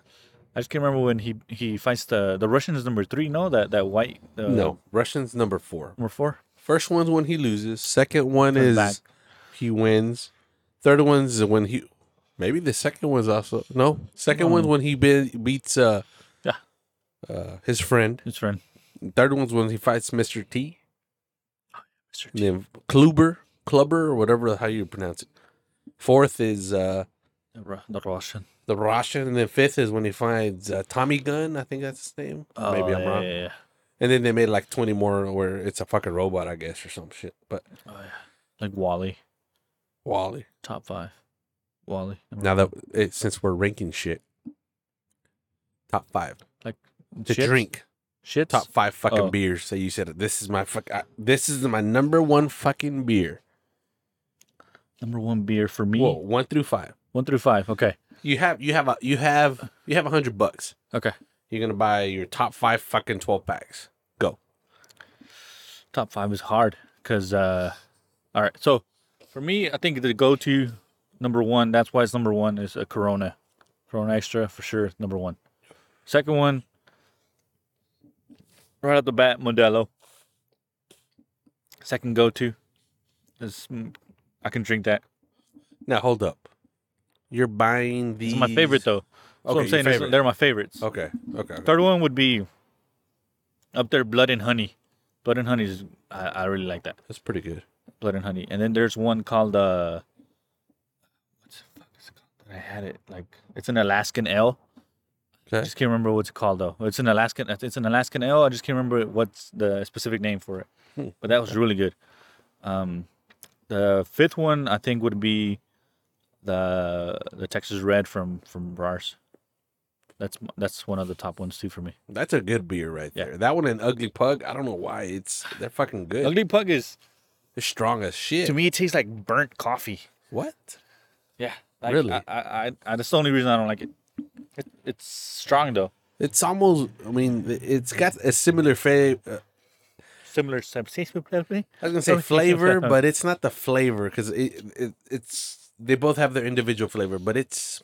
I just can't remember when he he fights the the Russian is number three. No, that that white. Uh,
no, Russians number four.
number four.
First one's when he loses. Second one
Comes
is
back.
he wins. Third one's when he. Maybe the second one's also no. Second one's when he be, beats uh,
Yeah.
uh, his friend.
His friend.
Third one's when he fights Mister T.
Mr.
And then Kluber, Clubber, or whatever how you pronounce it. Fourth is uh,
The Ru- the Russian.
the Russian, and then fifth is when he finds uh, Tommy Gun. I think that's his name.
Oh,
Maybe I'm
yeah,
wrong.
Yeah, yeah.
And then they made like 20 more where it's a fucking robot, I guess, or some shit. But
Oh, yeah. Like Wally,
Wally.
top five. Wally. number-
Now that it, since we're ranking shit, top five to
Shits?
drink,
Shits.
top five fucking
Oh.
beers. So you said this is my fuck. I, this is my number one fucking beer.
Number one beer for me.
Whoa, one through five.
One through five. Okay.
You have you have a you have you have a hundred bucks.
Okay.
You're gonna buy your top five fucking twelve packs. Go.
top five is hard because uh all right so for me i think the go-to number one that's why it's number one is a corona corona extra for sure number one second one right off the bat modelo second go-to is mm, i can drink that
Now hold up. You're buying these.
it's my favorite though
Okay,
that's what i'm
your
saying That's-
favorite.
they're my favorites
Okay. Okay. okay.
third one would be up there blood and honey blood and honey is i, I really like that
That's pretty good.
Blood and Honey. And then there's one called uh what's the fuck is it called? I had it like it's an Alaskan ale. I
Okay.
just can't remember what it's called though. It's an Alaskan it's an Alaskan ale. I just can't remember what's the specific name for it. But that was really good. Um the fifth one I think would be the the Texas Red from from Brars. That's m- that's one of the top ones too for me.
That's a good beer right
Yeah.
there. That one and Ugly Pug. I don't know why it's they're fucking good.
Ugly Pug is
They're strong as shit.
to me it tastes like burnt coffee.
What?
Yeah, like,
Really?
I, I, I, I, that's the only reason I don't like it. it it's strong though.
It's almost. I mean, it's got a similar flavor.
Similar substance,
I was gonna say
Okay.
flavor, but it's not the flavor because it, it it's they both have their individual flavor, but it's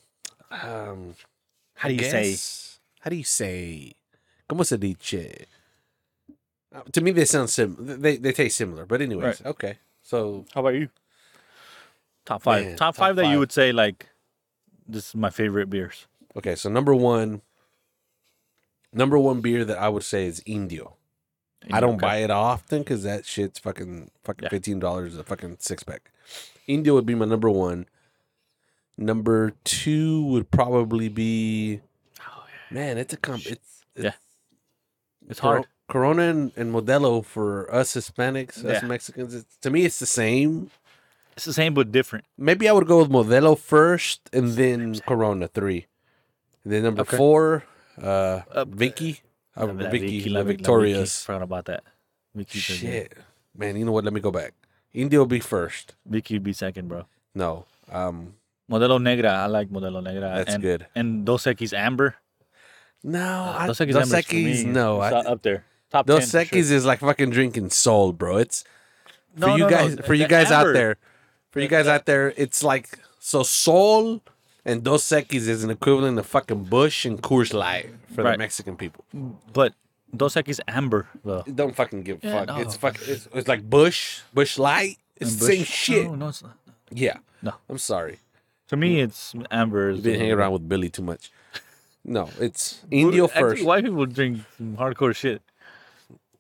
um
How do you say?
guess- how do you say como se dice? Uh, to me, they sound sim. They they taste similar, but anyways, okay. So
How about you? Top five.
Man, top
top five that
five.
you would say like, this is my favorite beers.
okay, so number one, number one beer that I would say is Indio. I don't buy it often because that shit's fucking fucking
Yeah.
fifteen dollars a fucking six pack. India would be my number one. Number two would probably be. Man, it's a comp. It's, it's
Yeah. Oh, It's
Cor-
hard.
Corona and, and Modelo for us Hispanics, us
Yeah.
Mexicans. It's, to me, it's the same.
It's the same but different.
Maybe I would go with Modelo first, and then Corona three. And then number
Okay.
four, uh,
Up-
Vicky, uh,
Like
Vicky,
Vicky,
La
like Vicky.
Victorious.
Forgot about that. Vicky.
Shit, man. You know what? Let me go back. India will be first.
Vicky would be second, bro.
No. Um
Modelo Negra. I like Modelo Negra.
That's
and,
good.
And Dos Equis Amber.
no, I, Dos
Dos Equis Amber is for
Equis,
me.
no.
It's
I,
up there. Top
Dos
10
Equis
for sure.
is like fucking drinking soul, bro. It's for
No,
you
no, no,
guys for you
the
guys out
amber.
there. For you guys out there, it's like so soul and Dos Equis is an equivalent of fucking Bush and Coors Light for the
Right.
Mexican people.
But Dos Equis Amber though.
Don't fucking give a
Yeah,
fuck.
no.
It's fuck. It's, it's like Bush, Bush Light. It's the same shit.
No, no, it's not.
Yeah.
No.
I'm sorry.
To me, it's Amber. is
I've been
the-
hanging around with Billy too much. No, it's Indio *laughs*
Actually,
first.
White people drink some hardcore shit.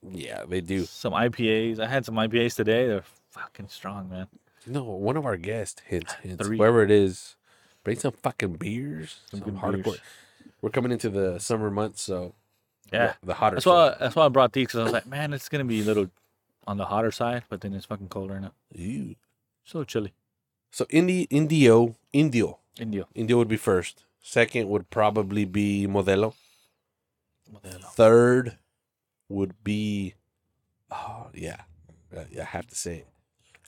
Yeah, they do.
Some IPAs. I had some IPAs today. They're fucking strong, man.
No, one of our guests, *sighs* hints, hints,
Three.
whoever it is, bring some fucking beers. Some,
good
hardcore.
beers.
We're coming into the summer months, so
Yeah.
the, the hotter.
That's
stuff.
why. That's why I brought these because I was like, man, it's gonna be a little on the hotter side, but then it's fucking cold right now.
Ew.
So chilly.
So Indi, Indio, Indio,
Indio.
Indio would be first. Second would probably be Modelo.
Modelo.
Third would be, oh yeah, Uh, I have to say it.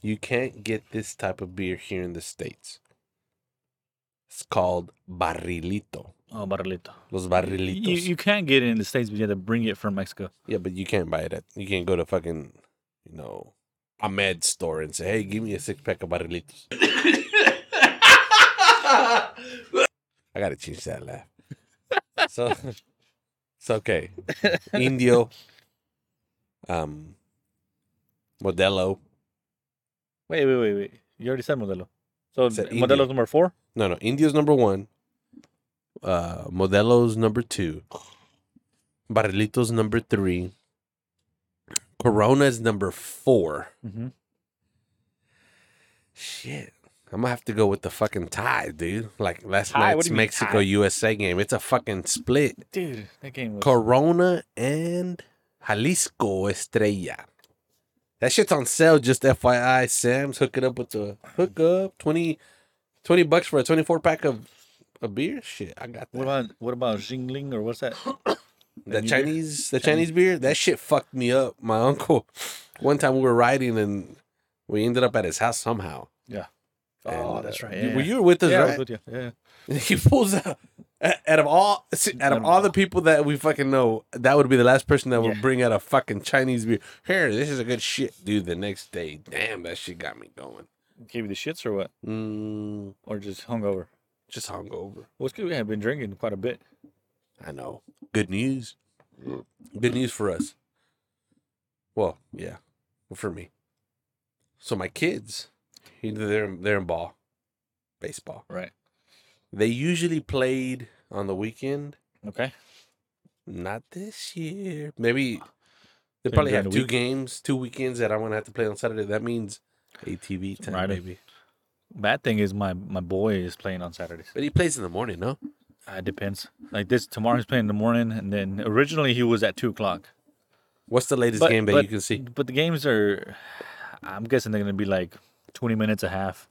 You can't get this type of beer here in the states. It's called Barrilito.
Oh, barrilito.
Los
You,
Barrilitos.
you can't get it in the states, but you have to bring it from Mexico.
Yeah, but you can't buy it at you can't go to fucking you know a med store and say, Hey, give me a six pack of barrilitos. I gotta change that laugh. So it's okay. Indio. Um Modelo.
Wait, wait, wait, wait. You already said Modelo. So
Said
Modelo's
Indio.
number four.
No no, Indio's number one. Uh Modelo's number two. Barrilitos number three. Corona's number four.
Mm-hmm.
Shit. I'm gonna have to go with the fucking tie, dude. Like last
Tie? What
night's
do you mean,
Mexico
tie?
USA game. It's a fucking split.
Dude, that game was.
Corona and Jalisco Estrella. That shit's on sale, just FYI. Sam's hook it up with the hookup. 20, 20 bucks for a 24 pack of, of beer? Shit, I got
What
that.
about what about Jingling or what's that?
The
new
Chinese, the Chinese beer, that shit fucked me up. My uncle, *laughs* one time we were riding and we ended up at his house somehow.
*coughs* Yeah.
And, uh,
Oh, Yeah.
you- well, you were with us,
yeah, I was
right?
with you. Yeah.
*laughs* he pulls out out out of all see, out of all the people that we fucking know, that would be the last person that would
Yeah.
bring out a fucking Chinese beer. Here, this is a good shit, dude. The next day, damn, that shit got me going.
Gave you the shits or what?
Mm,
Or just hungover?
just hungover.
What's good? We have been drinking quite a bit.
I know. Good news. Good news for us. Well, yeah, for me. So my kids, they're they're in ball, baseball.
Right.
They usually played on the weekend.
Okay.
Not this year. Maybe they
Maybe
probably
during
have
the
two
week.
games, two weekends that I'm gonna have to play on Saturday. That means ATV time,
Right.
baby.
Bad thing is my my boy is playing on Saturdays.
But he plays in the morning, no?
Uh, it depends. Like this tomorrow he's playing in the morning, and then originally he was at two o'clock.
What's the latest
But-
game that
but-
you can see?
But the games are, I'm guessing they're gonna be like 20 minutes a half,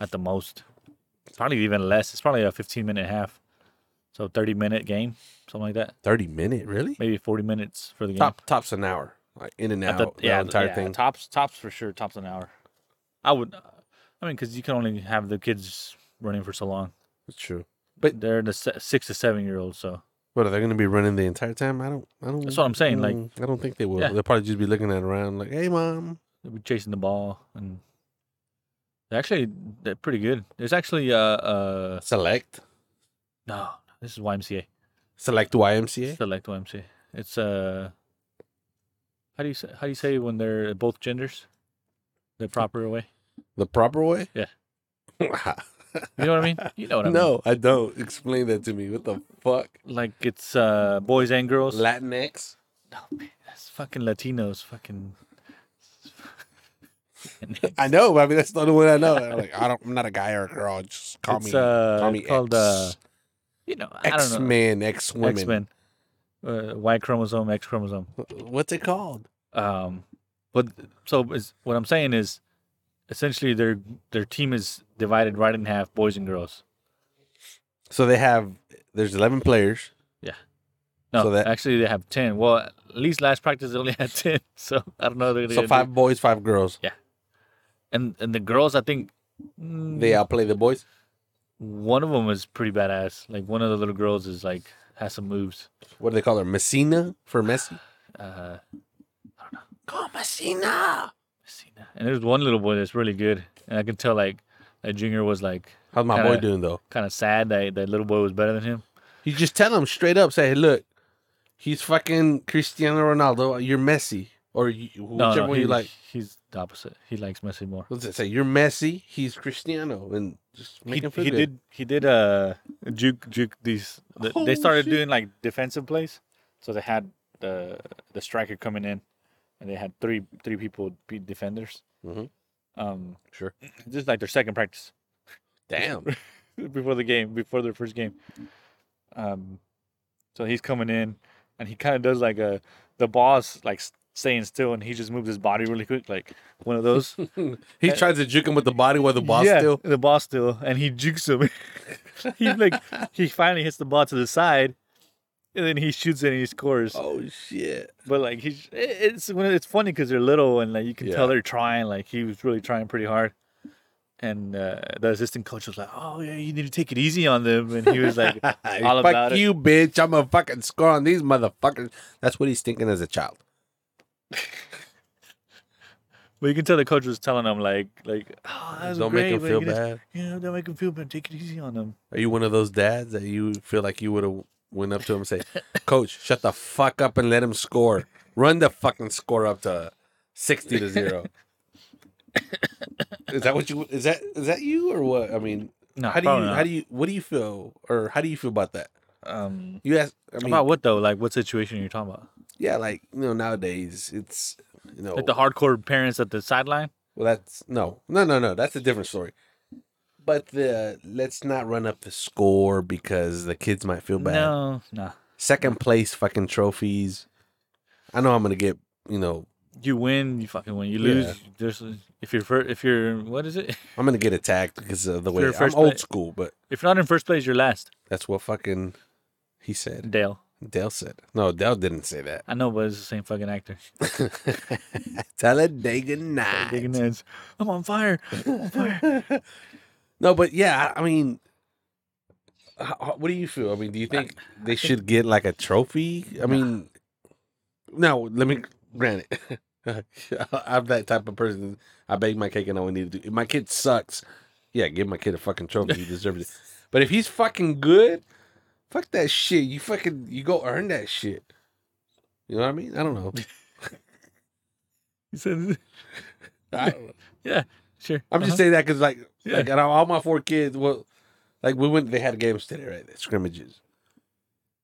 at the most. Probably even less. It's probably a 15 minute half, so 30 minute game, something like that.
Thirty minute, really?
Maybe 40 minutes for the game.
Top tops an hour, like in and
At
out.
the-
the entire
yeah,
thing.
Tops, tops for sure. Tops an hour. I would. I mean, because you can only have the kids running for so long.
It's true.
But they're the se- six to seven year olds, so
What are they gonna be running the entire time? I don't. I don't.
That's what I'm saying, like-
mm, I don't think they will.
Yeah.
They'll probably just be looking at around, like, "Hey, mom."
they'll be chasing the ball and they're actually they're pretty good. There's actually uh uh
Select,
no, this is YMCA.
select YMCA.
Select YMCA. It's uh how do you say, how do you say when they're both genders? The proper way.
The proper way. *laughs*
Yeah.
Yeah.
You know what I mean? You *laughs* know what I mean.
no, I don't. Explain that to me. What the fuck?
Like it's uh boys and girls.
Latinx.
oh, man, that's fucking Latinos, fucking
I know. but I mean, that's the only one I know. I'm like, I don't. I'm not a guy or a girl. Just *laughs* call
it's
me.
uh
call me
it's called
X.
uh you know, I
X
don't know.
Men, X Women.
X-Men. Uh, y chromosome, X chromosome.
What's it called?
Um, but so is, what I'm saying is, essentially their their team is divided right in half, boys and girls.
So they have. There's 11 players.
No,
So that-
actually they have ten. Well, at least last practice they only *laughs* had ten, so I don't know. They're
So five boys, five girls.
and and the girls, I think mm,
They outplay the boys.
one of them is pretty badass. Like one of the little girls is like has some moves.
What do they call her? Messina for Messi.
Uh,
Call Messina.
Messina. and there's one little boy that's really good, and I can tell like that junior was like
How's my
Kinda-
boy doing though?
kind of sad that that little boy was better than him.
You just tell him straight up. Say, hey, look, he's fucking Cristiano Ronaldo. You're Messi, or you, whichever one you
he-
like.
He's the opposite. He likes Messi more.
What's it say? You're Messi. He's Cristiano, and just make
He,
him feel
he
good.
did. He did. Uh, juke, juke these. th-
Oh,
they started
shit.
doing like defensive plays, so they had the the striker coming in and they had three three people be defenders.
Mhm.
Um,
Sure.
this is like their second practice
Damn. *laughs*
*laughs* before the game, before their first game. Um, so he's coming in, and he kind of does like a the ball's like s- staying still, and he just moves his body really quick, like one of those.
he tries to juke him with the body while the ball's
yeah,
still.
the ball still, and he jukes him. *laughs* he like he finally hits the ball to the side, and then he shoots it and he scores.
Oh shit.
But like he's it- it's when it's funny because they're little and like you can
Yeah.
tell they're trying. Like he was really trying pretty hard. And uh, the assistant coach was like, "Oh yeah, you need to take it easy on them." And he was
*laughs*
like, "All
Fuck
about it."
you, bitch. I'm gonna fucking score on these motherfuckers. That's what he's thinking as a child.
But you can tell the coach was telling him like, "Like, oh, that was
Don't
great,
make him
but
feel
you just-
bad.
Yeah, don't make him feel bad. Take it easy on them.
Are you one of those dads that you feel like you would have went up to him and *laughs* say, Coach, shut the fuck up and let him score. Run the fucking score up to sixty to *laughs* zero. is that what you is that is that you or what? I mean
No,
how do you
probably not.
how do you what do you feel or how do you feel about that?
um,
You ask I mean
about what though? Like, what situation are you talking about?
yeah, like you know, nowadays it's you know
Like the hardcore parents at the sideline?
Well, that's no, no, no, no. That's a different story. But the let's not run up the score because the kids might feel bad.
No, no.
Second place, fucking trophies. I know I'm gonna get. You know,
You win, you fucking win. You
Yeah.
lose. There's if you're fir- if you're what is it? *laughs*
I'm gonna get attacked because of the
If
way
you're
I'm
first
old
place-
school. But
If you're not in first place, you're last.
that's what fucking he said.
Dale.
Dale said. No, Dale didn't say that. *laughs*
I know, but it's the same fucking actor.
Talladega night.
Digging his, I'm on fire. I'm
*laughs*
on fire.
No, but yeah, I I mean, how, how- what do you feel? I mean, do you think they should get like a trophy? I mean, no. Let me. Granted, *laughs* I'm that type of person. I bake my cake and I would need to do. If my kid sucks, yeah, give my kid a fucking trophy. He deserves it. But if he's fucking good, fuck that shit. You fucking you go earn that shit. You know what I mean? I don't know.
He said,
I don't know.
yeah, sure. Uh-huh.
I'm just saying that because like
Yeah.
like and all- all my four kids well like we went they had games today right scrimmages uh,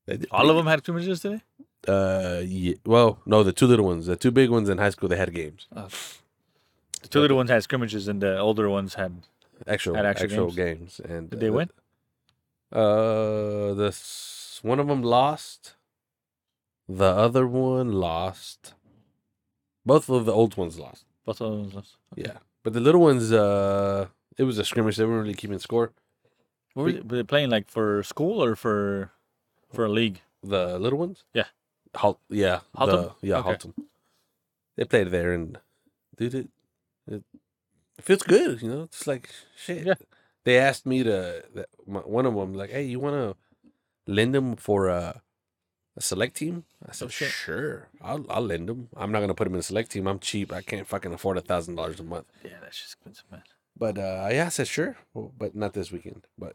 They did
all of them had scrimmages today.
pretty- uh yeah well no the two little ones the two big ones in high school they had games
Oh. The two little ones had scrimmages, and the older ones had.
actual
Had
actual,
actual
games. and
Did they
uh,
win?
uh the s- one of them lost the other one lost both of the old ones lost
Both of them lost.
yeah but the little ones uh it was a scrimmage they weren't really keeping score
What were they, were they playing like for school or for for a league?
The little ones?
Yeah.
Halt yeah.
Haltom?
the- yeah,
Okay.
Haltom. They played there and dude it, it feels good, you know? It's like shit.
Yeah.
They asked me to that- my, one of them like, "Hey, you want to lend them for a a select team?" I said,
Oh, shit.
"Sure. I'll I'll lend them. I'm not going to put them in a select team. I'm cheap. I can't fucking afford a $1,000 a month."
Yeah, that's just expensive, man.
But uh yeah, I said, "Sure." Well, but not this weekend. But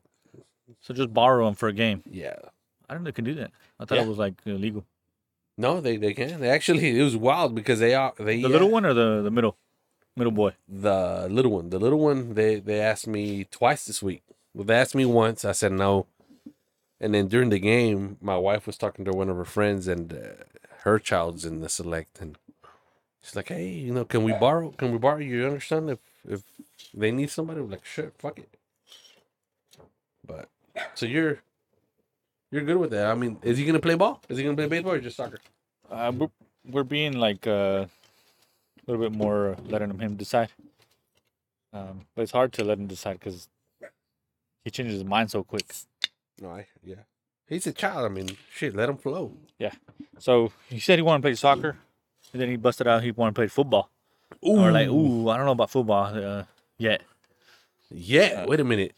So just borrow them for a game.
yeah.
I don't know. if They can do that. I thought
Yeah.
it was like illegal.
No, they they can. They actually it was wild because they are they
The
uh,
little one or the the middle middle boy.
the little one. The little one, they they asked me twice this week. Well, they asked me once. I said no. And then during the game, my wife was talking to one of her friends, and uh, her child's in the select, and she's like, "Hey, you know, can we borrow? Can we borrow your younger son if if they need somebody?" I'm like, "Sure, fuck it." But so you're you're good with that. I mean, is he gonna play ball? Is he gonna play baseball or just soccer?
Uh, we're, we're being like uh, a little bit more uh, letting him, him decide. Um, but it's hard to let him decide because he changes his mind so quick.
No, I yeah. He's a child. I mean, shit, let him flow.
So he said he wanted to play soccer, and then he busted out he wanted to play football.
Ooh,
And we're like, ooh, I don't know about football uh, yet.
Yeah, wait a minute.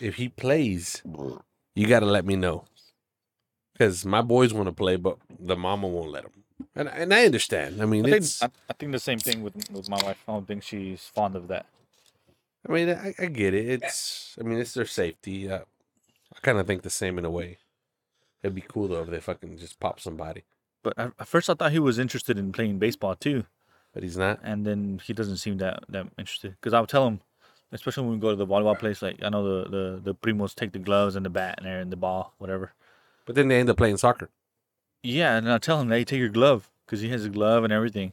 If he plays, you got to let me know. Because my boys want to play, but the mama won't let them. And, and I understand. I mean,
I think,
it's.
I, I think the same thing with, with my wife. I don't think she's fond of that.
I mean, I, I get it. It's. I mean, it's their safety. Uh, I kind of think the same in a way. It'd be cool though if they fucking just pop somebody,
But at at first, I thought he was interested in playing baseball too,
but he's not.
and then he doesn't seem that that interested. Because I would tell him, especially when we go to the volleyball place, like I know the the, the primos take the gloves and the bat and, and the ball, whatever.
But then they end up playing soccer.
Yeah, and I tell him, hey, take your glove. because he has a glove and everything.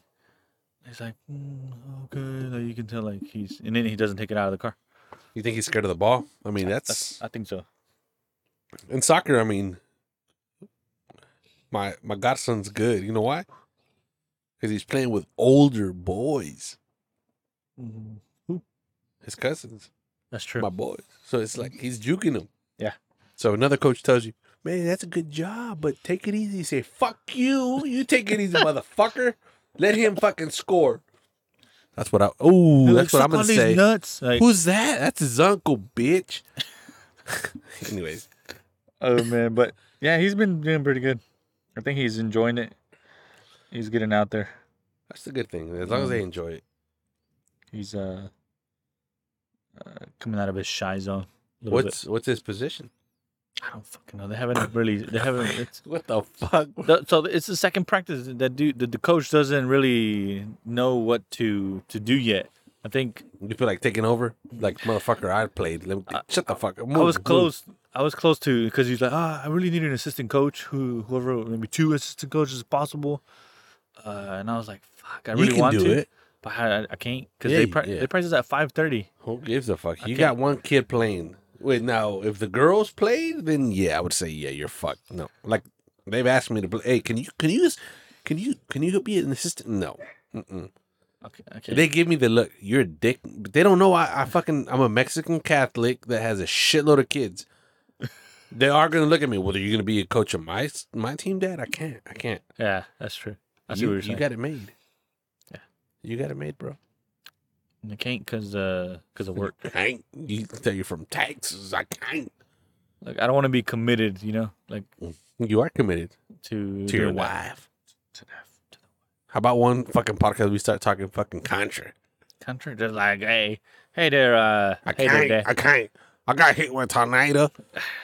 He's like, "Mm, okay, like you can tell, like he's, and then he doesn't take it out of the car.
You think he's scared of the ball? I mean, that's
I think so.
in soccer. I mean, my my godson's good. You know why? Because he's playing with older boys, Mm-hmm. his cousins.
That's true.
my boy. So it's like he's juking him.
Yeah.
So another coach tells you, man, that's a good job, but take it easy. You say, fuck you. You take it
*laughs*
easy, motherfucker. Let him fucking score. That's what I. Oh,
Dude,
that's what
suck
I'm gonna
on these
say.
Nuts. Like,
Who's that? That's his uncle, bitch. *laughs* Anyways,
oh man, but yeah, he's been doing pretty good. I think he's enjoying it. He's getting out there.
that's a good thing as long as
Mm-hmm.
they enjoy it.
He's uh, uh coming out of his shy zone. a little
What's what's his position?
bit. I don't fucking know. They
*coughs*
haven't really. They haven't. It's,
What the fuck?
the, so it's the second practice that dude. The, the coach doesn't really know what to to do yet. I think
You feel like taking over? Like motherfucker, I played. Let me, shut the fuck up.
Uh, I
Move,
was
move.
close. I was close to because he's like, ah, I really need an assistant coach, who whoever, maybe two assistant coaches if possible. Uh, and I was like, fuck, I
You
really
can
want
do
to,
it.
but I, I can't because
Yeah,
they
you-
pra-
yeah.
they practice at five thirty.
Who gives a fuck? You
Okay.
got one kid playing. Wait, now if the girls played, then yeah, I would say yeah, you're fucked. No, like they've asked me to play. Hey, can you can you can you can you be an assistant? No, Mm-mm.
Okay, okay.
they give me the look. You're a dick. They don't know I, I fucking I'm a Mexican Catholic that has a shitload of kids. They are gonna look at me. Well, are you gonna be a coach of my my team, Dad? I can't. I can't.
yeah, that's true. I see
you
what you're
you
saying.
got it made.
Yeah.
you got it made, bro.
I can't because uh because
*laughs*
of work.
Hank, you tell you're from Texas. I can't.
like I don't want to be committed, you know, like
You are committed.
to
to your
doing that.
wife.
to the, to
How about one fucking podcast we start talking fucking contra?
the country. Just like, hey, hey there, uh,
I
hey
can't.
there, Dad.
I can't. I got hit with a tornado.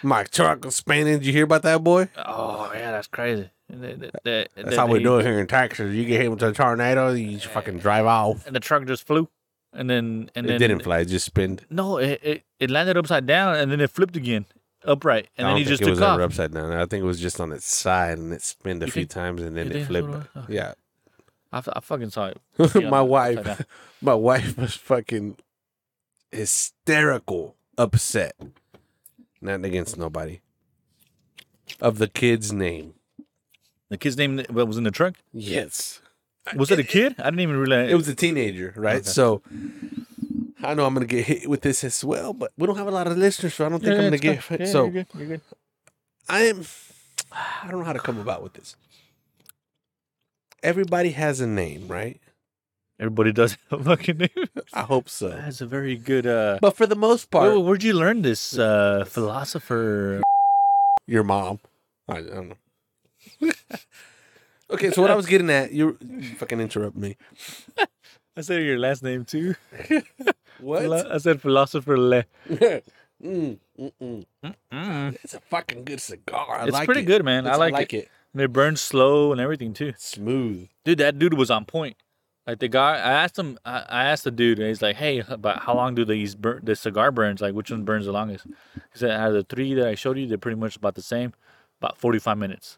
My truck was spinning. Did you hear about that, boy?
Oh yeah, that's crazy. That's
That's how we do it here in Texas. You get hit with a tornado, you just fucking drive off.
and the truck just flew, and then and
it
then
didn't fly. It just spinned.
No, it, it it landed upside down and then it flipped again upright, and
I
then
don't
he
think
just
it was
took off.
ever upside down. I think it was just on its side and it spinned a
You
few
think-
times and then
you
it
think that's
flipped.
what it was? Oh.
Yeah.
I, f- I fucking
*laughs*
saw it. *laughs* Yeah,
my
upside
wife,
down.
*laughs* my wife was fucking hysterical, upset. Nothing against nobody. Of the kid's name.
The kid's name that was in the truck.
Yes.
Was it a kid? I didn't even realize.
It was a teenager, right?
Okay.
So I know I'm gonna get hit with this as well, but we don't have a lot of listeners, so I don't think I'm gonna get hit. so
you're good. You're good.
I am I don't know how to come about with this. Everybody has a name, right?
Everybody does *laughs* have a fucking name.
I hope so.
That's a very good. Uh,
But for the most part,
where, would you learn
*laughs*
this uh, philosopher?
your mom. I, I don't know. okay, so what I was getting at, you you fucking interrupt me.
I said your last name too.
What?
I said philosopher Le.
*laughs* mm, mm-mm.
Mm.
It's a fucking good cigar. I
It's
like
pretty
it.
good, man. I
It's-
like, it. And it burns slow and everything too.
Smooth.
dude, that dude was on point. Like the guy, I asked him, I, I asked the dude, and he's like, "Hey, but how long do these bur- the cigar burns? Like, which one burns the longest?" He said, "Out of the three that I showed you, they're pretty much about the same, about forty-five minutes,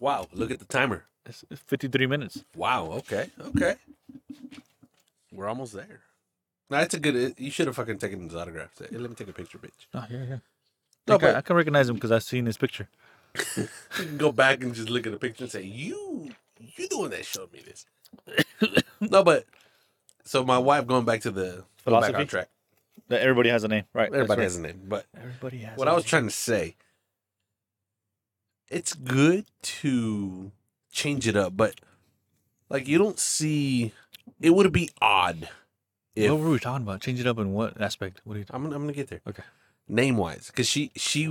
Wow, look at the timer.
It's fifty-three minutes."
Wow, okay, okay. We're almost there. No, that's a good. You should have fucking taken his autograph. Say, "Hey, Let me take a picture, bitch.
Oh yeah, yeah.
No,
Like, I,
but-
I can recognize him because I've seen his picture.
You can go back and just look at the picture and say, "You, you the one that showed me this."
*coughs*
no, but so my wife going back to the going back
Philosophy?
on track.
That everybody has a name, right? that's
Everybody
right.
has a name, but
Everybody has.
what
a
I was
name.
trying to say, it's good to change it up, but like you don't see, it would be odd if
What were we talking about? Change it up in what aspect? What are you talking?
I'm gonna, I'm gonna get there.
Okay.
Name wise, because she she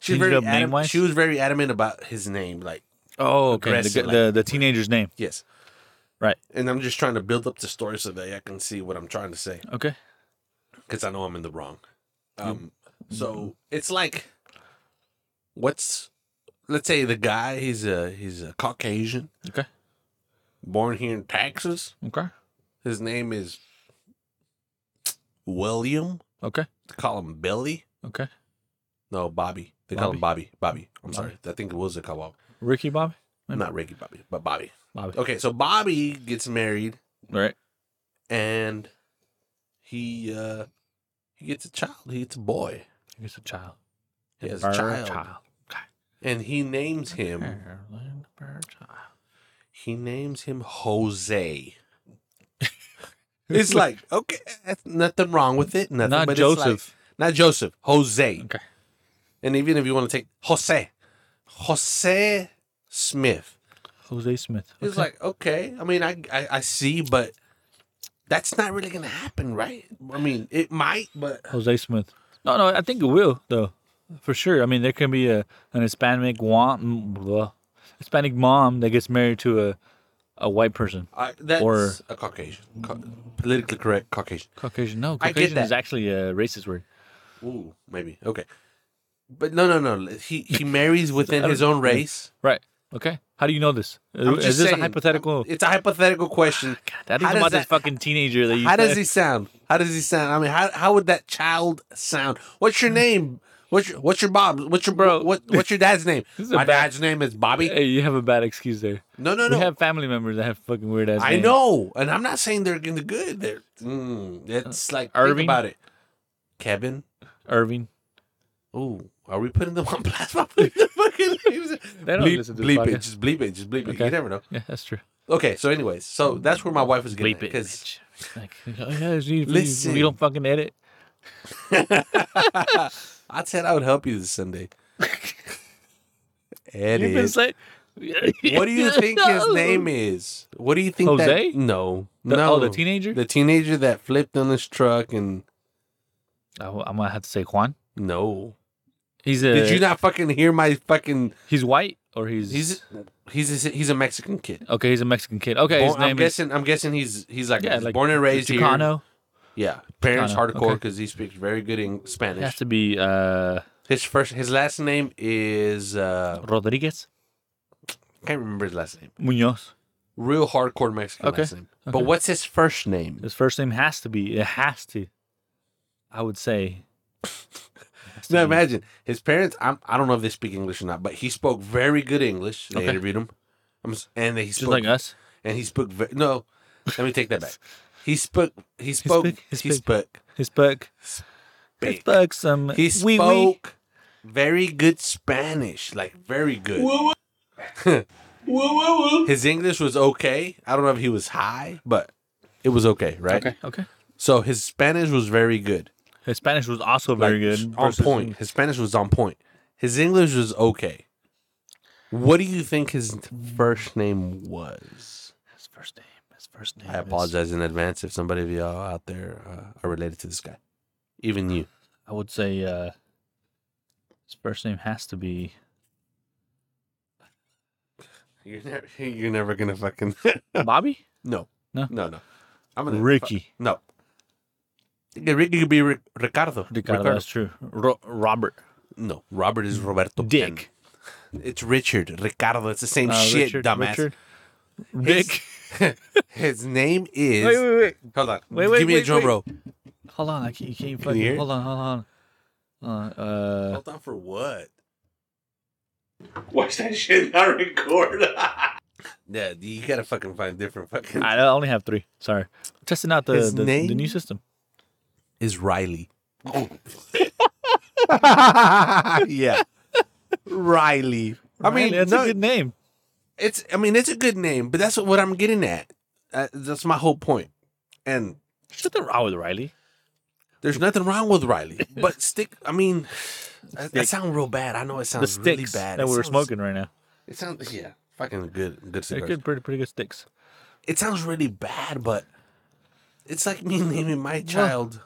she's
Changed
very
up
adam-
name-wise?
she was very adamant about his name. Like
Oh, okay. The,
Aggressive,
gu- the the teenager's name,
yes,
right?
and I'm just trying to build up the story so that I can see what I'm trying to say
Okay.
because I know I'm in the wrong. Um, so it's like, what's let's say the guy he's a he's a Caucasian,
Okay.
born here in Texas.
Okay.
His name is William.
Okay.
They call him Billy.
Okay.
No, Bobby. They call him Bobby. Bobby. I'm sorry. I think it was a call Bob.
Ricky Bobby.
Not Ricky Bobby, but Bobby.
Bobby.
Okay, so Bobby gets married
Right.
and he uh he gets a child. He gets a boy.
He's a child.
He has a child. And he names
*laughs*
him
Maryland bird child.
he names him
*laughs*
Jose. it's like, okay, that's nothing wrong with it. Nothing
Not
but it's like-
Joseph.
not Joseph, Jose.
Okay.
And even if you want to take Jose, Jose Smith.
Jose Smith.
It's like, okay, I mean, I, I I see, but that's not really gonna happen, right? I mean, it might, but
Jose Smith. No, no, I think it will though, for sure. I mean, there can be a an Hispanic want, blah, Hispanic mom that gets married to a a white person.
I, that's
Or-
a Caucasian, Ca- politically correct Caucasian.
Caucasian. No,
I get
Caucasian is
that.
actually a racist word.
Ooh, maybe okay, but no, no, no. He he marries
*laughs*
within his own race.
Right. Okay. How do you know this?
I'm
is
just
this
saying,
a hypothetical? Oh
It's a hypothetical question.
That is
how does
about this
that-
fucking teenager that you.
How does
said.
he sound? How does he sound? I mean, how how would that child sound? What's your name? What's your, what's your Bob? What's your bro?
Bro.
What what's your dad's name?
This is a
My
bad-
dad's name is Bobby.
Hey, you have a bad excuse there.
No, no,
We
no.
have family members that have fucking weird ass.
I
names.
know, and I'm not saying they're gonna good. They're mm, it's like think
Uh, Irving?
about it. Kevin.
Irving.
Ooh, are we putting them on *laughs* blast? by putting the fucking names?
*laughs* They don't
bleep,
listen to this
bleep it,
podcast.
just bleep it, just bleep it.
Okay.
You never know.
Yeah, that's true.
Okay, so anyways, so that's where my wife was getting
Bleep
at,
it.
'cause-
bitch. Like, *laughs* oh, yeah, geez,
Listen.
We don't fucking edit.
I said I would help you this
*laughs*
Sunday.
You've been
Edit.
saying.
*laughs* What
*laughs*
do you think his name is? What do you think?
Jose?
That, no,
The,
no.
Oh, the teenager.
The teenager that flipped on his truck and
Oh, I, am gonna have to say Juan.
no.
He's a.
Did you not fucking hear my fucking?
He's white or he's
He's he's a, he's a Mexican kid.
okay. He's a Mexican kid. Okay, his
Born-
name
I'm
is
guessing. I'm guessing he's he's like,
yeah,
he's
like
born and raised here.
Chicano.
Yeah, parents
Chicano,
hardcore
okay.
because he speaks very good in Spanish.
It has to be uh,
His first his last name is uh
Rodriguez
can't remember his last name.
Munoz.
Real hardcore Mexican
Okay,
last name. But
okay.
what's his first name?
His first name has to be. It has to. I would say. Has to
Now
be-
imagine his parents. I'm, I don't know if they speak English or not, but he spoke very good English. They
Okay.
interviewed him, I'm s- and he
just
spoke.
like us.
And he spoke. Ve- no, let me take that back. He spoke. He spoke.
speak- he
He
speak-
spoke.
His book. His
big.
book. Some.
He
wee-wee.
spoke very good Spanish, like very good. *laughs* His English was okay. I don't know if he was high, but it was okay, right?
Okay. Okay.
So his Spanish was very good.
His Spanish was also very
Like,
good.
On
versus-
point. His Spanish was on point. His English was okay. What do you think his first name was?
His first name. His first name.
I
is-
apologize in advance if somebody of y'all out there uh, are related to this guy. Even you.
I would say uh, his first name has to
*laughs*
be.
You're never, *laughs* you're never gonna fucking *laughs*
Bobby?
no,
No?
no, no. I'm gonna
Ricky.
No. Yeah, Ricky could be Ric- Ricardo.
Ricardo, that's true. Ro- Robert.
No, Robert is Roberto.
Dick.
And It's Richard. Ricardo. It's the same
Uh,
shit,
Richard-
dumbass.
Richard.
His-
Dick.
*laughs* His name is.
*laughs* Wait, wait, wait.
Hold on.
Wait, wait,
Give me a
wait,
drum
wait.
roll.
Hold on. I can't, you can't
Can you
fucking.
hear it?
hold on, hold on. Uh, uh,
Hold on for what?
Watch that shit not record. *laughs*
Yeah, you gotta fucking find different fucking.
I only have three. Sorry. Testing out the,
His
the,
name?
the new system.
Is Riley.
Oh.
*laughs* yeah. Riley. I mean,
Riley, that's
no,
a good name.
it's I mean it's a good name, but that's what I'm getting at. Uh, that's my whole point. And
There's nothing wrong with Riley.
there's nothing wrong with Riley, but stick. I mean, I, I
Stick.
sound real bad. I know it
The
sounds
sticks
really bad.
that
It
we were
sounds-
smoking right now.
It sounds yeah, fucking good, good
They're
cigars.
good, pretty, pretty good sticks.
It sounds really bad, but it's like me *laughs* naming my child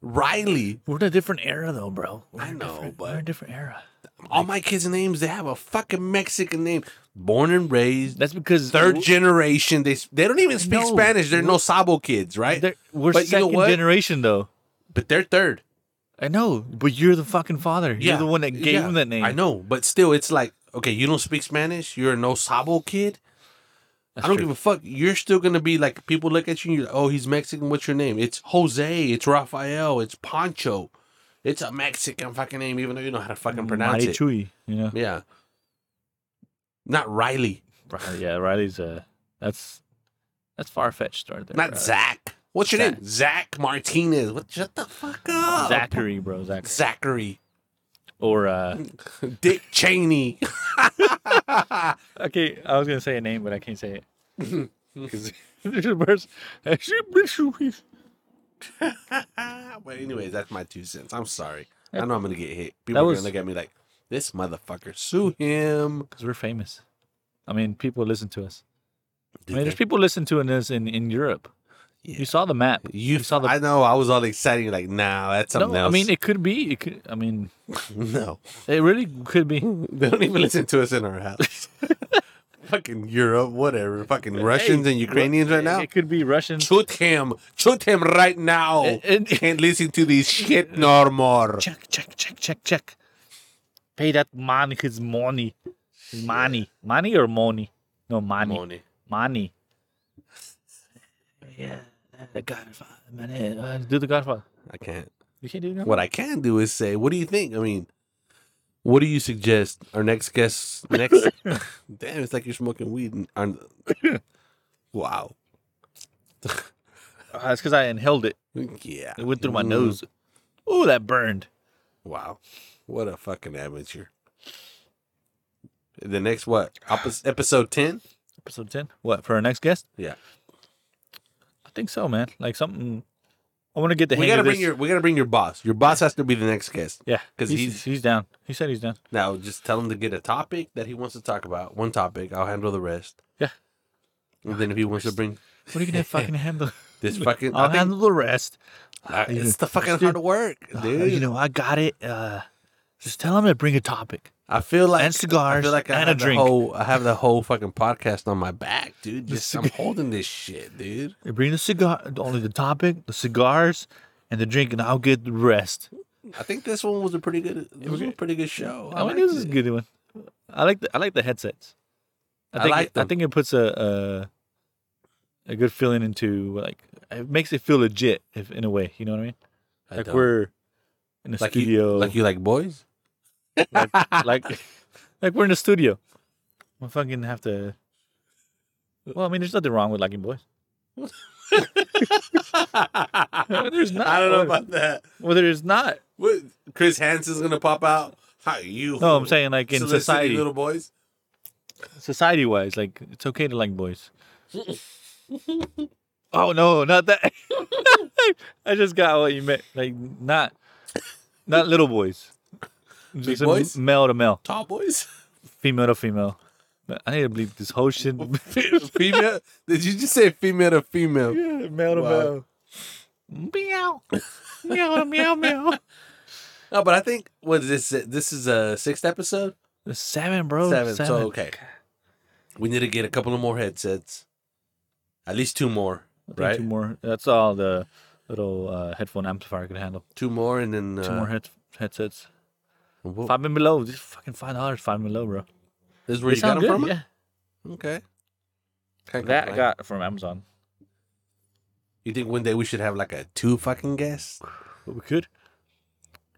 Riley.
We're in a different era, though, bro. We're
I
in a
know,
different-
but-
we're in a different era.
All my kids' names they have a fucking Mexican name, born and raised.
That's because
Third generation, they s- they don't even speak
No.
Spanish. They're no Sabo kids, right?
They're- We're
But you know
second
what?
generation, though.
but they're third.
I know, but you're the fucking father. You're the one that gave
yeah,
him that name.
I know, but still, it's like, okay, you don't speak Spanish. You're no sabo kid. I don't give a fuck. You're still gonna be like people look at you. And you're like, oh, he's Mexican. What's your name? It's Jose. It's Rafael. It's Pancho. It's a Mexican fucking name, even though you know how to fucking pronounce
Mighty
it.
Chewy, you know.
Yeah, not Riley.
Riley- yeah, Riley's uh that's that's far fetched right there.
Not
Riley.
Zach. What's your
Uh, Zach.
name? Zach Martinez. What? Shut the fuck up.
Zachary, bro, Zach
Zachary.
or uh
Dick
*laughs*
Cheney.
okay, I was gonna say a name, but I can't say it. 'Cause *laughs* there's a person- that
Ah, but anyways, that's my two cents. I'm sorry. I know I'm gonna get hit. People
That
are
was-
gonna look at me like this motherfucker. Sue him.
because we're famous. I mean, people listen to us. I mean, there's people listen to us in in Europe.
Yeah.
You saw the map.
You
saw the.
I know. I was all excited. Like, nah, that's something
no,
else.
I mean it could be. It could. I mean,
*laughs* no,
it really could be.
they don't even listen to us in our
*laughs*
house. Fucking Europe, whatever. Fucking Russians and Ukrainians right now.
It could be Russian.
Shoot him! Shoot him right now!
And- and- *laughs*
Can't listen to this shit no more.
check, check, check, check, check. Pay that man his money. His money. Money or money? No, money. Money. Yeah. The Godfather. Man. Uh, do the Godfather.
I can't.
You can't do it now?
What I can do is say, what do you think? I mean, what do you suggest? Our next guest,
*laughs*
next. Damn, it's like you're smoking weed. And, and, wow.
Uh, it's because I inhaled it.
Yeah.
It went through my
Mm,
nose. Ooh, that burned.
Wow. What a fucking amateur. The next what? Opus episode 10?
Episode 10. What, for our next guest?
Yeah.
I think so, man. Like something. I want to get the
We
hang
gotta
of
bring
this.
your we gotta bring your boss. Your boss has to be the next guest.
Yeah,
'Cause
he's,
he's-
he's down. He said he's down.
Now, just tell him to get a topic that he wants to talk about. One topic. I'll handle the rest.
Yeah.
And then if he wants to bring
What are
*laughs*
you gonna fucking handle?
this fucking, I
I'll
think,
handle the rest.
I- it's the fucking hard work,
Uh,
dude.
you know, I got it. Uh, just tell him to bring a topic.
I feel like
and cigars
I feel like I
and a
have the
drink.
whole I have the whole fucking podcast on my back, dude. Just I'm holding this shit, dude.
You bring the cigar, only the topic, the cigars, and the drink, and I'll get the rest.
I think this one was a pretty good. It was a pretty good show.
I, think
liked
this is a
it.
good one. I like the I like the headsets.
I
I think
like
it, I
them.
think it puts a, uh, a a good feeling into like it makes it feel legit if in a way you know what I mean.
I
like
don't-
we're in a
like
studio,
You, like you like boys.
*laughs*
*laughs*
like like we're in the studio. We fucking have to. Well, I mean, there's nothing wrong with liking boys. There's not.
I don't know about that.
Well, there's not.
What Chris Hansen's gonna pop out? How you?
No, I'm saying like in
Soliciting
society,
little boys.
society wise, like it's okay to
*laughs*
like boys. oh no, not that. *laughs* I just got what you meant. Like not, not little boys. Just a
boys?
male to male,
Tall
*laughs*
boys?
female to female. I need to bleep this
*laughs*
whole shit. *laughs*
female? Did you just say female to female?
Meow to
Wow.
Meow. meow to meow meow.
No, but I think what is this? This is a sixth episode.
The seven, bro.
Seven, so okay. We need to get a couple of more headsets. At least two more,
I think
right?
Two more. That's all the little uh, headphone amplifier could handle.
Two more, and then uh,
Two more head- headsets.
wha-
Five and below. Just fucking five dollars. Five and below, bro.
This is where
They
you got
sound
them
good,
from?
Yeah.
Okay. Can't
That I
complain.
got from Amazon.
You think one day we should have like a two fucking guest?
But we could.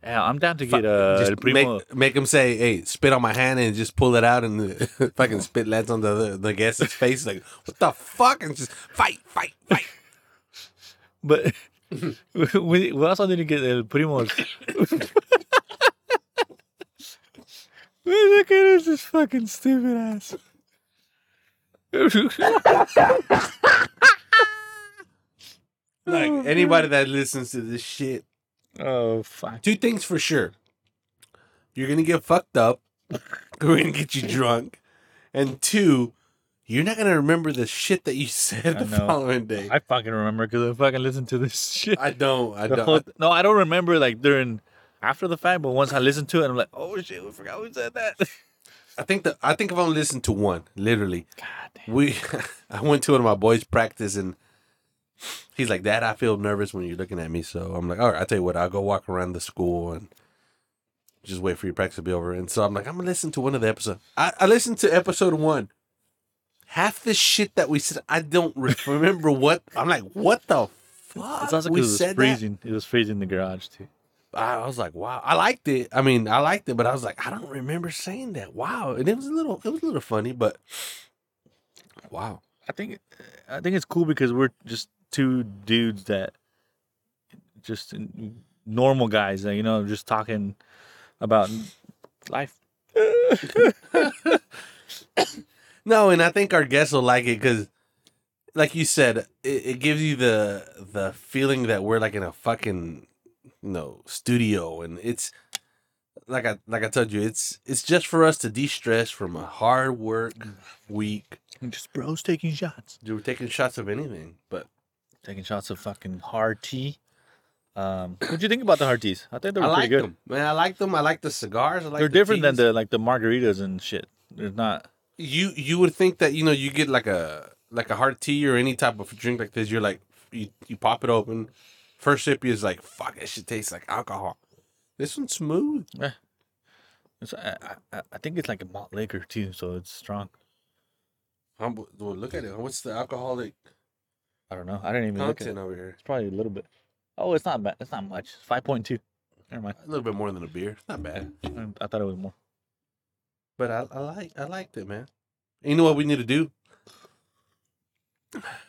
Yeah, I'm down to get uh, El
just
Primo.
make make him say, "Hey, spit on my hand," and just pull it out, and the *laughs* fucking spit lands on the the, the guest's face. Like, what the fuck? And just fight, fight,
*laughs*
fight. *laughs*
But *laughs* we, we also need to get El Primo's. *laughs* Look at this, this fucking stupid ass. *laughs*
like anybody that listens to this shit,
oh fuck!
two things for sure: you're gonna get fucked up, *laughs* we're gonna get you drunk, and two, you're not gonna remember the shit that you said
I
the
know.
following day. I,
I fucking remember because I fucking listened to this *laughs* shit.
don't. I
The
don't.
whole- no, I don't remember like during after the fact, but once I listened to it, I'm like, oh shit, we forgot we said that. *laughs*
I think the I think I've only listened to one, literally. We *laughs* I went to one of my boys' practice and he's like, Dad, I feel nervous when you're looking at me. So I'm like, all right, I'll tell you what, I'll go walk around the school and just wait for your practice to be over. And so I'm like, I'm gonna listen to one of the episodes. I, I listened to episode one. Half the shit that we said, I don't re- remember what I'm like, what the fuck?
It's also
we
because it was
said that?
freezing. It was freezing in the garage too.
I I was like, wow. I liked it. I mean, I liked it, but I was like, I don't remember saying that. Wow. And it was a little, it was a little funny, but Wow.
I think uh, I think it's cool because we're just two dudes that just n- normal guys that you know just talking about life.
No, and I think our guests will like it because, like you said, it, it gives you the the feeling that we're like in a fucking you know studio, and it's like I like I told you, it's it's just for us to de stress from a hard work week.
*laughs* Just bros taking shots,
Dude, we're taking shots of anything, but
taking shots of fucking hard tea. Um, what'd you think about the hard teas? I think they were
I
pretty
like
good.
them, man. I like them. I like the cigars. I like
They're
the
different than
teas.
the like the margaritas and shit. They're not.
you you would think that you know you get like a like a hard tea or any type of drink like this you're like you, you pop it open first sip is like fuck it should taste like alcohol this one's smooth
It's, I, I, I think it's like a malt liquor too, so it's strong.
Hum- well, look at it what's the alcoholic
I don't know. I didn't even look at it.
content over here
It's probably a little bit. Oh, it's not bad. It's not much. It's five point two. Never mind.
a little bit more than a beer not bad
I- I thought it was more.
but I, I like I liked it man you know what we need to do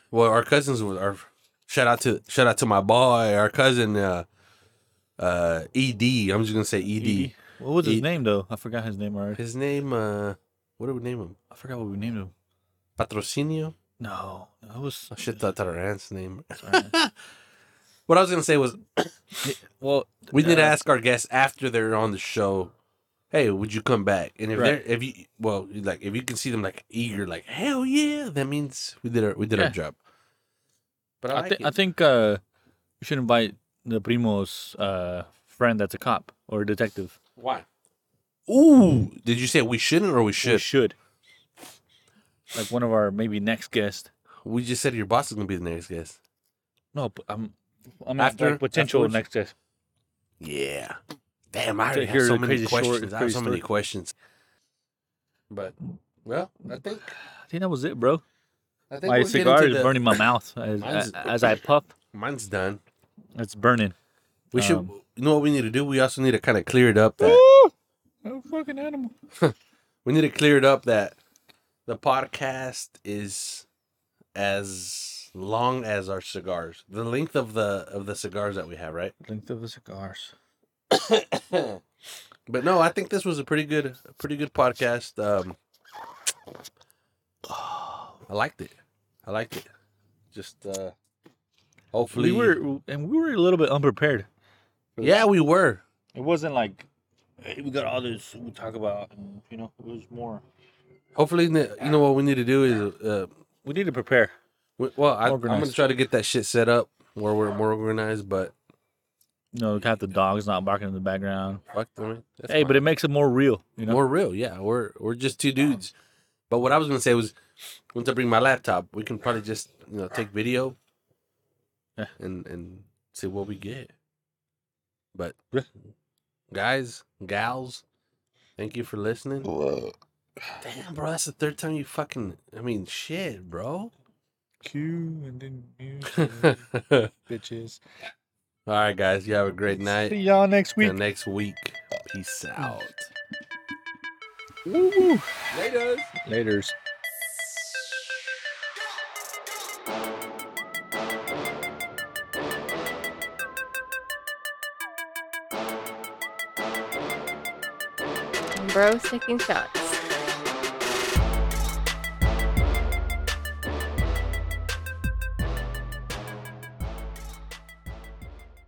well our cousins were our shout out to shout out to my boy our cousin uh uh ed i'm just gonna say E ed.
E What was his
Eat.
name though? I forgot his name already.
His name, uh, what do we name him?
I forgot what we named him.
Patrocinio?
No, that was
I should thought that our aunt's name.
sorry.
*laughs* What I was gonna say was,
well.
we need to
uh,
ask our guests after they're on the show, "Hey, would you come back?" And if
Right.
they're, if you, well, like if you can see them like eager, like hell yeah, that means we did our we did
Yeah.
our job. But I,
I,
like
thi-
it.
I think uh, we should invite the primo's uh, friend that's a cop or a detective.
why. Ooh, did you say we shouldn't or we
We
should?
should. Like one of our maybe next guest.
We just said your boss is gonna be the next guest.
No, but I'm. I'm at,
After-
like, potential
afterwards?
next guest.
Yeah. Damn, I
To
already have
hear
so
the
many
crazy short-
questions. I have
crazy
so many
story.
questions. But well, I think
I think that was it, bro.
I think
My
we're getting
cigar
to
is
the-
burning my
*laughs*
mouth as,
Mine's-
as, I puff.
Mine's done.
It's burning.
We should.
Um,
You know what we need to do? We also need to kind of clear it up that
Oh, fucking animal.
we need to clear it up that the podcast is as long as our cigars, the length of the of the cigars that we have, *coughs* right?
Length of the cigars.
but no, I think this was a pretty good, a pretty good podcast. Um, I liked it. I liked it. Just uh, hopefully,
We were and we were a little bit unprepared.
yeah, we were.
It wasn't like hey, we got all this we talk about, and, you know, it was more.
Hopefully, ne- you know what we need to do is uh,
We need to prepare.
We- Well, I, I'm gonna
Organized.
try to get that shit set up where we're more organized, but
You know, got the dogs not barking in the background.
fuck them. That's
hey,
fine.
but it makes it more real. You know,
we're real, yeah. We're we're just two dudes. But what I was gonna say was, once I bring my laptop, we can probably just you know take video,
Yeah.
and and see what we get. But
Yeah.
guys, gals, thank you for listening. Damn, bro, that's the third time you fucking. I mean, shit,
*laughs*
bro. *laughs*
Q and then
All
bitches.
right, guys, you have a great night.
See y'all next week.
Till next week. Peace out.
later's.
Bros taking shots.